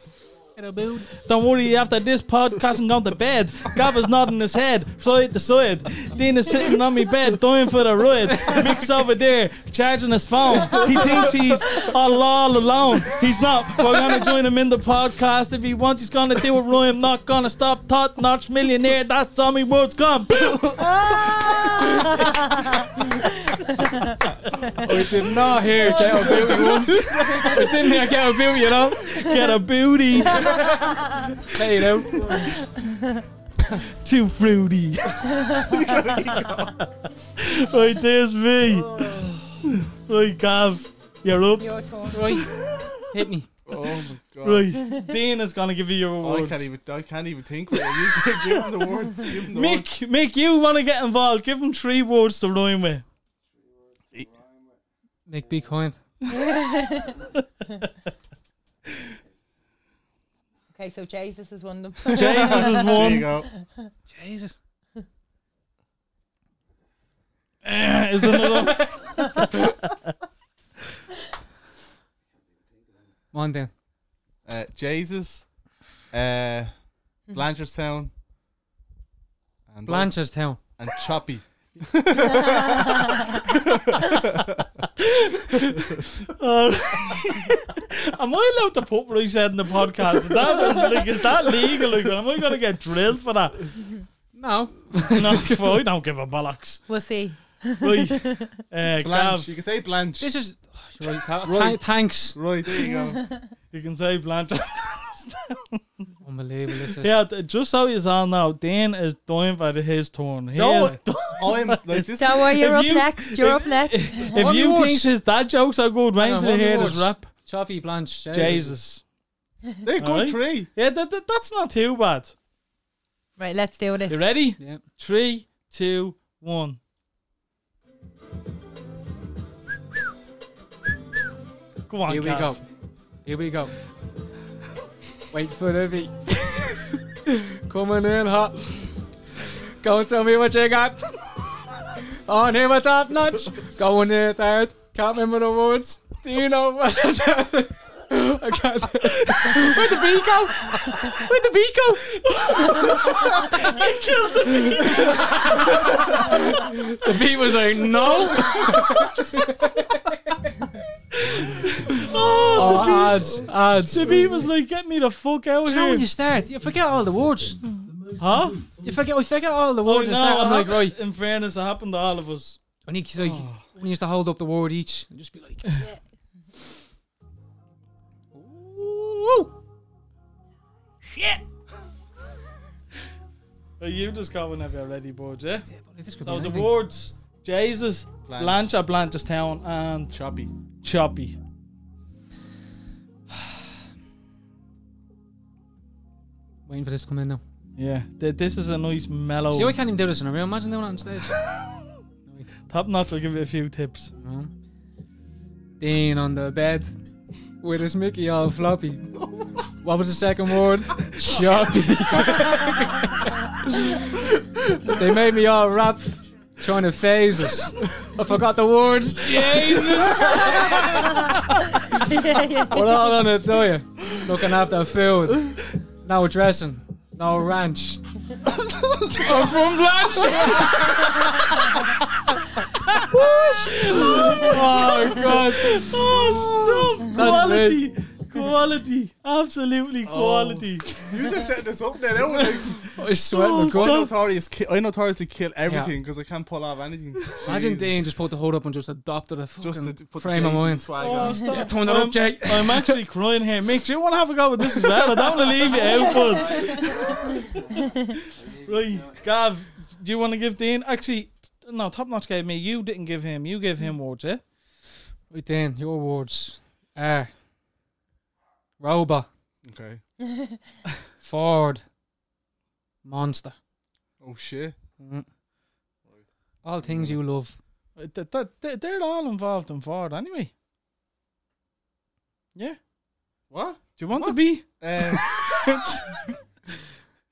D: It'll build.
B: Don't worry, after this podcast and gone to bed, Gavin's nodding his head, side to side. Dean is sitting on my bed, dying for the ride. Mick's over there, charging his phone. He thinks he's all, all alone. He's not. We're going to join him in the podcast. If he wants, he's going to do it right. I'm not going to stop. Top notch millionaire, that's Tommy Woods. Come.
D: I did not hear Ghetto Booty once. I didn't hear Ghetto Booty at all.
B: Get a booty.
D: Hey, you know.
B: Too fruity. right, there's me. Right, Gav, you're up.
C: Your turn.
D: Right. Hit me.
E: Oh my god!
B: Right, Dean is gonna give you your
E: Oh, I
B: awards.
E: can't even. I can't even think. Right. You give him the words. Give him the words.
B: Mick, Mick, you want to get involved? Give him three words to rhyme with.
D: Make big coin.
C: Okay, so Jesus is one of them.
B: Jesus is
E: There
B: one.
E: you go.
D: Jesus.
B: Eh, is another.
D: Come on then.
E: Uh, Jesus, uh, Blanchardstown, and
D: Blanchard's Town.
E: and Choppy.
B: Uh, am I allowed to put what I said in the podcast? Is that, is, like, is that legal? Like, am I gonna get drilled for that?
D: No.
B: No, I don't give a bollocks.
C: We'll see.
B: Right, uh,
E: Blanche.
B: Gav,
E: You can say Blanche.
D: This is. Right.
E: Right.
D: Th- thanks.
E: Right there you go.
B: you can say Blanche.
D: Unbelievable. This is.
B: yeah, th- just so you all know, Dean is dying for his turn. He
E: No,
B: is
E: I'm like this.
C: So uh, you're
B: If
C: up
B: you-
C: next. You're
B: if-
C: up next.
B: If
D: One
B: you
D: watch.
B: think his dad jokes are good, wait
D: Hang on,
B: until you
D: one
B: hear
D: watch.
B: this rap.
D: Choppy Blanche. Jesus.
B: Jesus.
E: They're good
B: Alright.
E: three.
B: Yeah, that, that, that's not too bad.
C: Right, let's do this.
B: You ready?
D: Yeah.
B: Three, two, one. Come on,
D: Here we
B: Gav.
D: go. Here we go. Wait for the beat. Coming in hot. Go tell me what you got. On here my top notch. Going in third. Can't remember the words. Do you know what I'm doing? I can't. Where'd the beat go? Where'd the beat go? I killed the beat. the beat was like, no.
B: Oh,
D: Oh, ads, ads.
B: the beat was like, get me the fuck out
D: You know
B: here.
D: when you start, you forget all the words.
B: Huh?
D: You forget, I forget all the
B: Oh,
D: words.
B: no, Oh.
D: and stuff. I'm like,
B: happened-
D: right.
B: In fairness, it happened to all of us.
D: When he he's like, when he used to hold up the word each and just be like, Ooh.
B: But you just got one of your ready boards, eh? yeah?
D: Yeah, but this could
B: So
D: be
B: the
D: anything.
B: words Jesus,
E: Blanche.
B: Blanche at Blanchestown, and
E: Choppy.
B: Choppy.
D: Waiting for this to come in now.
B: Yeah, th- this is a nice mellow.
D: See, I can't even do this in a room. Imagine doing it on stage.
B: Top notch, I'll give you a few tips.
D: No. Dean on the bed with his Mickey all floppy. what was the second word? Choppy. they made me all rap trying to phase us. I forgot the words. Jesus. We're all on it, tell you. Looking after food. No dressing. No ranch. I'm from Blanche. Oh, God.
B: Oh, stop!
D: That's
B: Quality! Quality! Absolutely
D: Oh,
B: quality!
E: You are setting this up now. That was like,
D: I swear
B: Oh,
D: to God.
E: I,
B: Stop.
E: notorious ki- I notoriously kill everything because I can't pull off anything.
D: Imagine
E: Jesus.
D: Dean just put the hold up and just adopted a fucking
E: Just to put
D: frame
E: the
D: of
E: Jason
D: mind.
E: swag
B: Oh,
E: on.
B: stop.
D: Yeah, turn that
B: I'm,
D: up, Jake.
B: I'm actually crying here. Mick, do you want to have a go with this as well? I don't want to leave you out, bud. right, Gav, do you want to give Dean? Actually, t- no, Top Notch gave me. You didn't give him. You gave him words, yeah?
D: Right, Dean, your words are Roba,
E: Okay.
D: Ford, Monster.
E: Oh shit.
D: Mm. All things you love.
B: Uh, th- th- th- They're all involved in Ford anyway. Yeah?
E: What?
B: Do you want to be?
E: Um,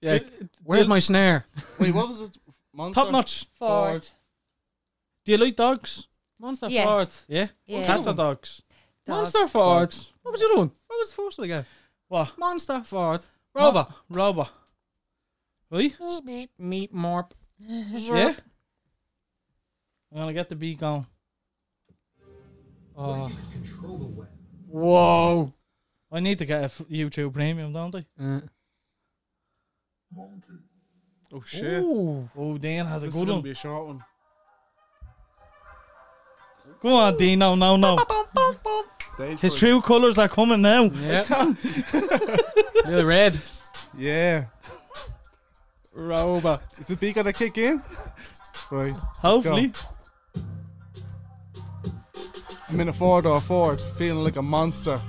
D: Yeah.
B: Uh,
D: Where's my snare?
E: wait, what was it? Monster?
B: Top Notch,
C: Ford.
B: do you like dogs?
D: Monster
C: Yeah.
D: Ford.
B: Yeah?
C: Yeah.
B: Cats or dogs?
C: Dogs.
D: Monster Ford.
B: Dogs.
D: What was you doing? What was the first one again?
B: What?
D: Monster Ford. Roba.
B: Roba. Right?
D: Meat Morp.
B: Yeah? I'm going to get the bee going.
D: Oh. Whoa.
B: I need to get a f- YouTube premium, don't I?
D: Uh,
E: Oh shit.
D: ooh.
B: Oh, Dan has a
E: This is
B: good
E: gonna
B: one.
E: be a short one.
B: Go on, Dean. No, no, no.
E: Stage
B: His
E: fright.
B: true colours are coming now.
D: Yeah. Little red.
E: Yeah.
D: Roba.
E: Is the beat gonna kick in? Right.
B: Hopefully.
E: I'm in a four door Ford, feeling like a monster.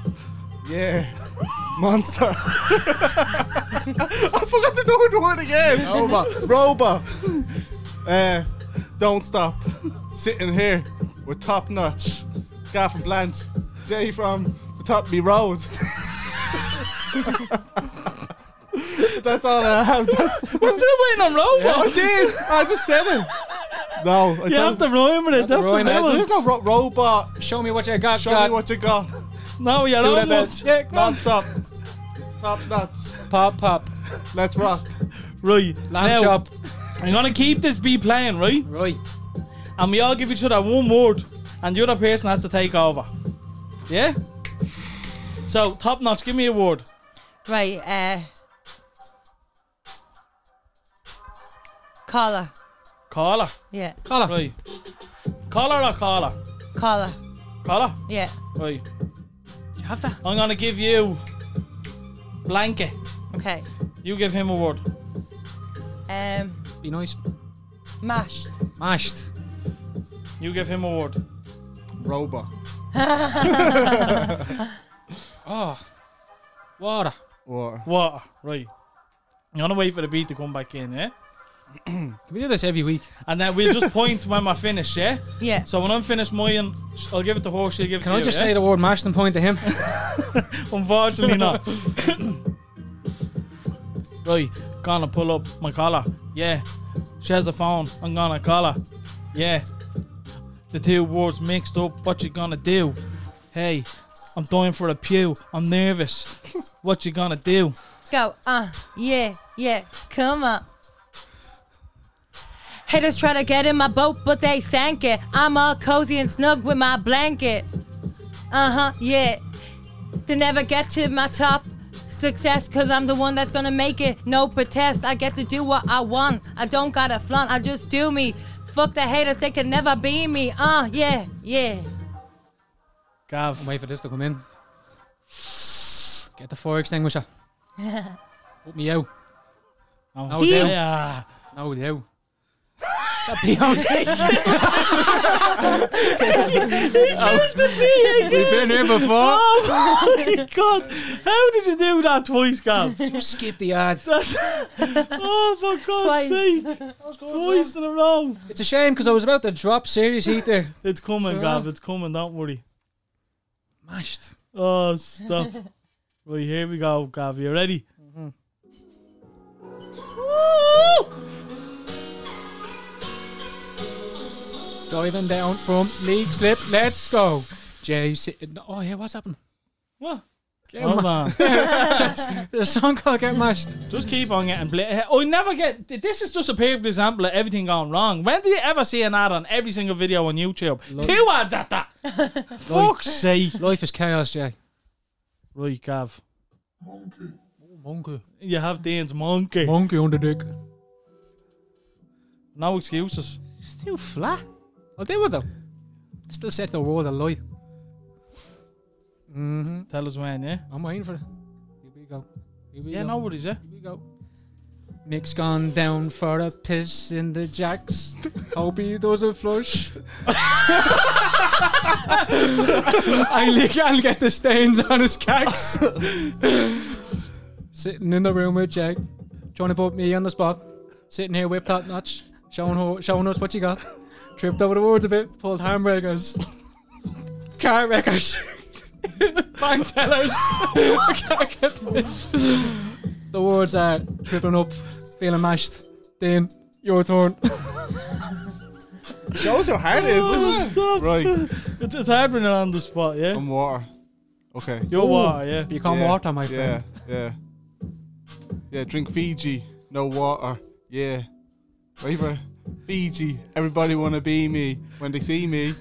E: Yeah. Monster. I forgot to do the word again.
D: Roba.
E: Roba. Uh, don't stop. Sitting here with top notch. Guy from Blanche. Jay from the top me road. That's all I have. That's-
B: We're still waiting on Robo.
E: I did. I just said it. No, I
B: You have
E: don't.
B: to rhyme with it. That's the
D: rhyme it.
E: There's
B: balance.
E: no ro- robot.
D: Show me what you got.
E: Show
D: got.
E: me what you got.
B: No, you're
D: Do that
B: almost.
D: best. Yeah, come on.
E: Non-stop. Top notch.
D: Pop, pop.
E: Let's rock.
B: Right.
D: Lamb
B: now,
D: chop.
B: I'm going to keep this bee playing, right?
D: Right.
B: And we all give each other one word. And the other person has to take over. Yeah? So, top notch, give me a word.
C: Right. Uh, collar.
B: Caller.
C: Yeah.
D: Collar.
B: Right. Caller or caller?
C: Collar.
B: Caller.
C: Yeah.
B: Right.
D: You have that?
B: I'm gonna give you blanket.
C: Okay.
B: You give him a word.
C: Um,
D: Be nice.
C: mashed.
D: Mashed.
B: You give him a word.
E: Robot.
D: Oh. Water.
E: Water.
B: Water. Right. I'm gonna wait for the beat to come back in, yeah?
D: We do this every week.
B: And then we'll just point when we're finished, yeah?
C: Yeah.
B: So when I'm finished mine, I'll give it to her, she'll give it
D: Can
B: to
D: I
B: you,
D: just
B: yeah?
D: say the word mashed and point to him?
B: Unfortunately not. right, gonna pull up my collar. Yeah. She has a phone, I'm gonna call her. Yeah. The two words mixed up, what you gonna do? Hey, I'm dying for a pew, I'm nervous. what you gonna do?
C: Go. Uh. Yeah. Yeah. Come on. Haters try to get in my boat, but they sank it. I'm all cozy and snug with my Uh-huh, blanket. Uh huh. Yeah. They never get to my top. success because I'm the one that's gonna make it. No protest. I get to do what I want. I don't gotta flaunt. I just do me. Fuck the haters. They can never be me. Uh, yeah, yeah.
B: Gav.
D: Wait for this to come in. Get the fire extinguisher. Put me out.
B: No.
D: No deal.
B: Yeah.
D: No deal. We've been here before.
B: Oh my god! How did you do that twice, Gav?
D: Just skip the ad.
B: Oh, for God's
C: Twice.
B: sake! Twice in a row.
D: It's a shame because I was about to drop serious heat there.
B: It's coming,
D: Sure.
B: Gav. It's coming. Don't worry.
D: Mashed.
B: Oh, stop. right, here we go, Gav. You ready?
D: Diving down from league slip. Let's go. Jason. no- Oh, yeah, what's happened?
B: What?
D: Get
B: Hold
D: ma-
B: on.
D: the song called Get Mashed.
B: just keep on getting played. I never get. This is just a perfect example of everything going wrong. When do you ever see an ad on every single video on YouTube? Two ads at that. Fuck's sake.
D: Life is chaos, Jay.
B: Right, Gav.
D: Monkey.
B: You have Dan's monkey.
D: Monkey on the dick.
B: no excuses.
D: Still flat. I'll deal with them. Still set the world alight. Mm-hmm.
B: Tell us when, yeah.
D: I'm waiting for it. Here we go. Here we
B: Yeah,
D: go.
B: no worries, yeah.
D: Here we go. Mick's gone down for a piss in the jacks. Hope he doesn't flush. I can't get the stains on his cacks. Sitting in the room with Jack, trying to put me on the spot. Sitting here with top notch, showing ho- showing us what you got. Tripped over the words a bit, pulled handbreakers, car wreckers, bank tellers. I can't get the words are tripping up, feeling mashed. Then your turn.
E: Shows how hard it is, isn't it? Right, Um,
B: It's, it's happening on the spot, yeah.
E: I'm water. Okay.
B: Your water, yeah.
D: Become
E: yeah,
D: water, my friend.
E: Yeah, yeah. Yeah, drink Fiji, no water. Yeah. Whatever. Fiji, everybody wanna be me. When they see me,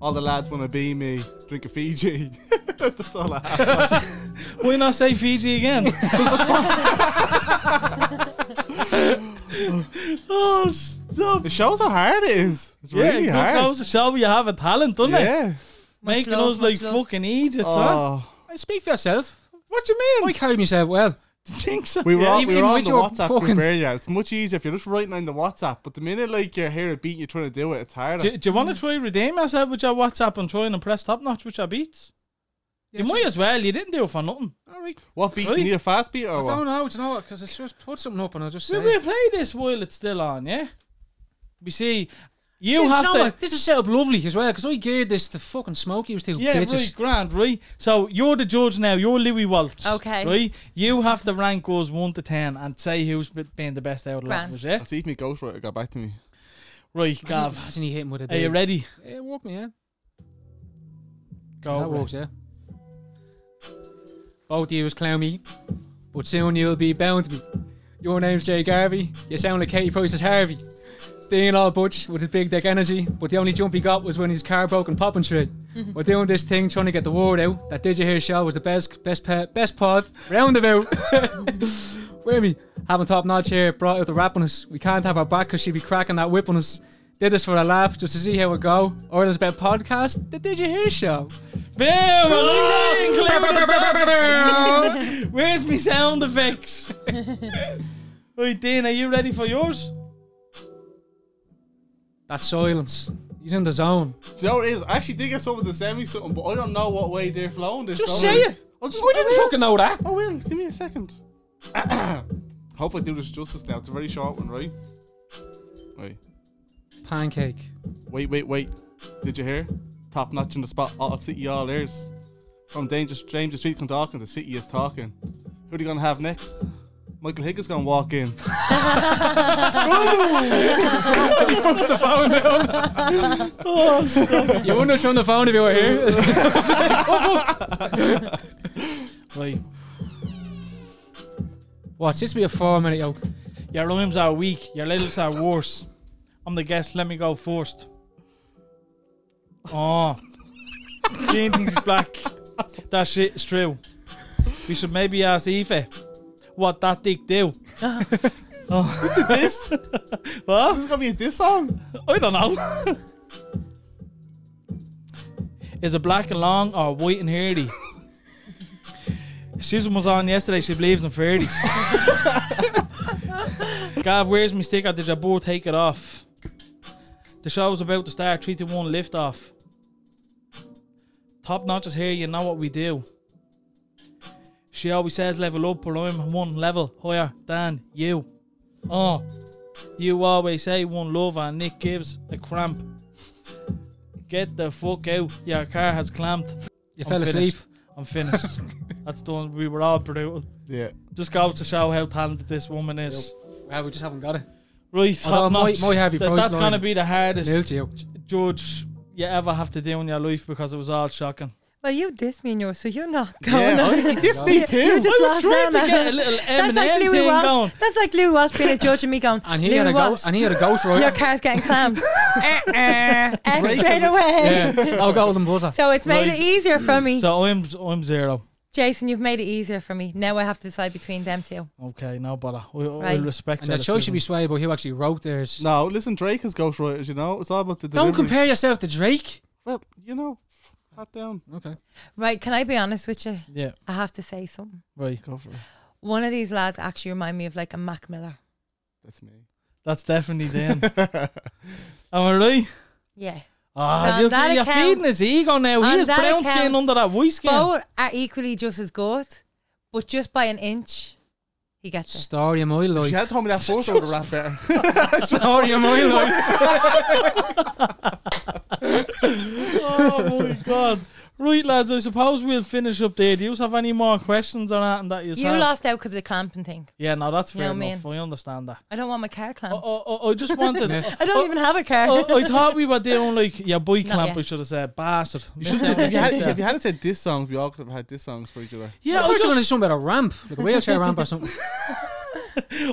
E: all the lads wanna be me. Drink a Fiji. That's all I have.
B: Why not say Fiji again? oh, stop.
E: It shows how hard it is. It's really
B: yeah, it
E: hard.
B: goes to show you have a talent, doesn't it?
E: Yeah.
B: Making
C: love,
B: us like
C: much love.
B: fucking idiots, huh?
E: Oh,
D: I speak for yourself.
B: What do you mean?
D: I carried myself well.
B: think so.
E: we were
D: Yeah,
E: all,
D: you-
E: we
D: in
E: were all
D: which
E: on the
D: you're
E: WhatsApp
D: fucking-
E: group earlier. It's much easier if you're just writing on the WhatsApp. But the minute like you're here beating, you're trying to do it. It's harder.
B: do, do you want to try redeem yourself with your WhatsApp and try and impress top notch with your beats? you might as well. You didn't do it for nothing.
D: All right.
E: what beat?
B: Really?
E: You need a fast beat or
D: I don't
E: what?
D: know. Do you know what? Because it's just put something up and I just say.
B: So we play this while it's still on, yeah. We see you
D: You
B: have
D: know
B: to.
D: what? This is set up lovely as well because I geared this to fucking smoke you two
B: Yeah,
D: bitches.
B: right, grand, right? So you're the judge now, you're Louis Waltz.
C: Okay.
B: Right? You have to rank us 1 to 10 and say who's be- been the best out of lot
C: Grand.
B: of us, yeah?
E: I'll see if my ghostwriter got back to me.
B: Right,
D: Imagine-
B: Gav.
D: Imagine he hit him with a
B: Are you
D: big-
B: ready?
D: Yeah, Eh, walk me, yeah.
B: Go.
D: that
B: Ray.
D: works, yeah. Both of you is clown me, but soon you'll be bound to me. Your name's Jay Garvey, you sound like Katie Price's Harvey. Dean all butch with his big dick energy, but the only jump he got was when his car broke in popping tree. We're doing this thing trying to get the word out that Did You Hear Show was the best best pa- best pod roundabout. Where me? Having top notch here brought out the rap on us. We can't have her back because she'd be cracking that whip on us. Did this for a laugh just to see how it go. Ireland's best podcast, the Did You Hear Show.
B: Boom! I like that, clear it up.
D: I'll
B: Where's my sound effects? right, Dean, are you ready for yours?
D: That silence. He's in the zone.
E: Do you know what it is? I actually did get someone to send me something, but I don't know what way they're flowing this.
D: Just
E: so
D: say
E: like-
D: it.
E: I'll just,
D: We didn't fucking know that.
E: I will. Give me a second. Hope I do this justice now. It's a very short one, right? Wait,
D: Pancake.
E: wait, wait, wait. Did you hear? Top notch in the spot. Oh, All city, all ears. From dangerous, James the street come talking. The city is talking. Who are they gonna have next? Michael Higgins gonna walk in.
D: You wouldn't have shown the phone if you were here.
B: Right.
D: Watch, this will be a four minute yo.
B: Your rhymes are weak, your lyrics are worse. I'm the guest, let me go first. Oh. Dean thinks he's black. That shit is true. We should maybe ask Aoife what that dick do. oh.
E: This? This
B: What?
E: is gonna be a diss song.
B: I don't know. Is it black and long or white and hairy? Susan was on yesterday. She believes in fairies. Gav, where's my sticker? Did your board take it off? The show's about to start. Three to one lift off. Top notch is here. You know what we do. She always says level up, but I'm one level higher than you. Oh. You always say one love and Nick gives a cramp. Get the fuck out. Your car has clamped. I'm
D: You fell asleep.
B: finished. I'm finished. That's done. We were all brutal.
E: Yeah.
B: Just goes to show how talented this woman is.
D: Well, we just haven't got it.
B: Right,
D: Although
B: top
D: my-
B: notch.
D: my Harvey
B: That-
D: Price
B: That's
D: line-
B: going to be the hardest
D: Nailed you.
B: judge you ever have to do in your life because it was all shocking.
C: Well, you diss me and yours, so you're not going.
E: Yeah, I, diss me too.
C: You just
B: I was
C: lost
B: trying
C: down
B: to
C: there.
B: get a little
C: That's
B: Eminem
C: like Louis
B: thing
C: Walsh.
B: going.
C: That's like Louis Walsh being a judge and me going.
D: And he had
C: Louis
D: a go.
C: Walsh,
D: And he had a ghost
C: your
D: right.
C: car's getting clamped. Eh, eh, eh, straight away.
D: yeah. Oh, golden buzzer.
C: So it's made
B: Right.
C: it easier for me.
B: So I'm, I'm zero.
C: Jason, you've made it easier for me. Now I have to decide between them two.
B: Okay, no bother. I, I
C: Right.
B: respect
D: And the
B: that
D: choice should be
B: decision.
D: swayed by who actually wrote theirs.
E: No, listen, Drake is ghostwriters. You know, it's all about the.
D: Don't
E: delivery.
D: compare yourself to Drake.
E: Well, you know, pat down.
D: Okay.
C: Right, can I be honest with you?
B: Yeah,
C: I have to say something.
B: right.
E: Go for it.
C: One of these lads actually remind me of like a Mac Miller.
E: That's me.
B: That's definitely Dan. Am I right?
C: Yeah.
B: Ah,
C: So
B: you're,
C: on that
B: you're
C: account-
B: feeding his ego now. He
C: on
B: is
C: that
B: brown skin
C: account,
B: under that white skin.
C: Both are equally just as good, but just by an inch, he gets it.
D: Story of my
E: If
D: life.
E: you had told me that first, I would have rapped better.
D: Story of my life.
B: oh my god. Right, lads, I suppose we'll finish up there. Do you have any more questions or anything that you
C: You
B: have?
C: lost out because of the clamping thing.
B: yeah, no, that's fair
C: No, man.
B: enough. I understand that.
C: I don't want my car
B: I,
C: clamped.
D: Oh,
B: I, I- I just wanted.
D: Yeah.
C: I don't even have a car.
D: oh,
B: I, I thought we were doing like yeah, boy
C: Not
B: clamp.
C: yet.
B: I should have said bastard.
E: You should have, if, you had, if you hadn't said diss songs, we all could have had diss songs for each other.
D: Yeah,
B: yeah, I,
D: I thought you were going to
B: just,
D: do something about a ramp, like a wheelchair ramp or something.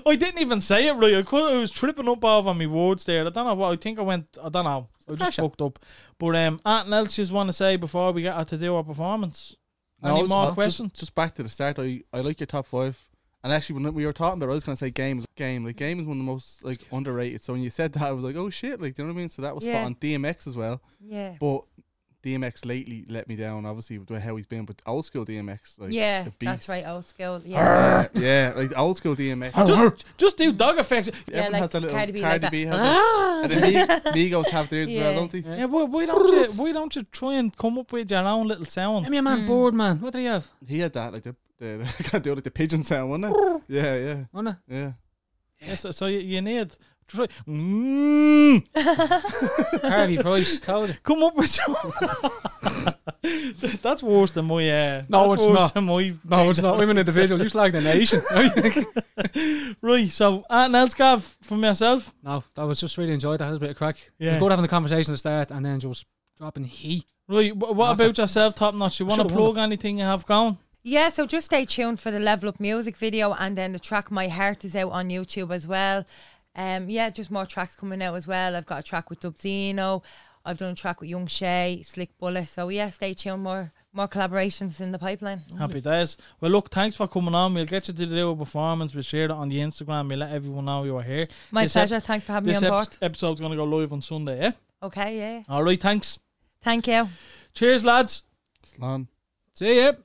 B: I didn't even say it right. I, could, I was tripping up over my words there. I don't know what I think. I went. I don't know. I just
D: pressure.
B: fucked up. But um, anything else you want to say before we get out to do our performance?
E: No,
B: Any
E: it's
B: more
E: not.
B: questions?
E: Just, just back to the start. I, I like your top five. And actually, when we were talking about, it, I was gonna say games. Game, like game is one of the most like underrated. So when you said that, I was like, oh shit, like do you know what I mean? So that was
C: Yeah.
E: spot on. DMX as well,
C: yeah.
E: but DMX lately let me down. Obviously, with how he's been, but old school DMX, like
C: yeah,
E: the
C: that's
E: beast.
C: right. Old school. Yeah.
E: yeah, like old school DMX.
B: Just, just do dog effects.
E: Everyone
C: like
E: has a little
C: Cardi B like
E: Cardi
C: that. Ah!
E: B has a- and then Mi- Migos have theirs as
C: Yeah.
E: well, don't they?
B: Yeah, why, why don't you why don't you try and come up with your own little
D: Give
B: sound?
D: me a man bored, man. What do you have?
E: He had that like the, the I can't do it like the pigeon sound, wasn't it? Yeah, yeah,
D: Wanna?
E: yeah.
B: Yeah, so, so you, you need try mm,
D: Harvey Price. Told you.
B: come up with some. that's worse than my uh,
D: No,
B: that's
D: it's
B: worse
D: not.
B: Than my
D: No, it's not women individual. You slag the nation.
B: right. So anything else, Gav, from myself?
D: no, that was just really enjoyed. That That was a bit of crack. It
B: Yeah.
D: was good having the conversation at the start and then just dropping heat.
B: Right. wh- what
D: Nothing.
B: about yourself, top notch? You want to
D: should've
B: plug anything you have going?
C: Yeah, so just stay tuned for the Level Up music video and then the track My Heart is out on YouTube as well. Um, yeah, just more tracks coming out as well. I've got a track with Dubzino. I've done a track with Young Shay, Slick Bullet. So yeah, stay tuned. More more collaborations in the pipeline.
B: Happy days. Well, look, thanks for coming on. We'll get you to do a performance. We'll share it on the Instagram. We'll let everyone know you are here.
C: My
B: This ep-
C: pleasure. Thanks for having me
B: This
C: on
B: ep-
C: board.
B: episode's going to go live on Sunday, yeah?
C: Okay, yeah.
B: All right, thanks.
C: Thank you.
B: Cheers, lads.
E: Slan.
D: See ya.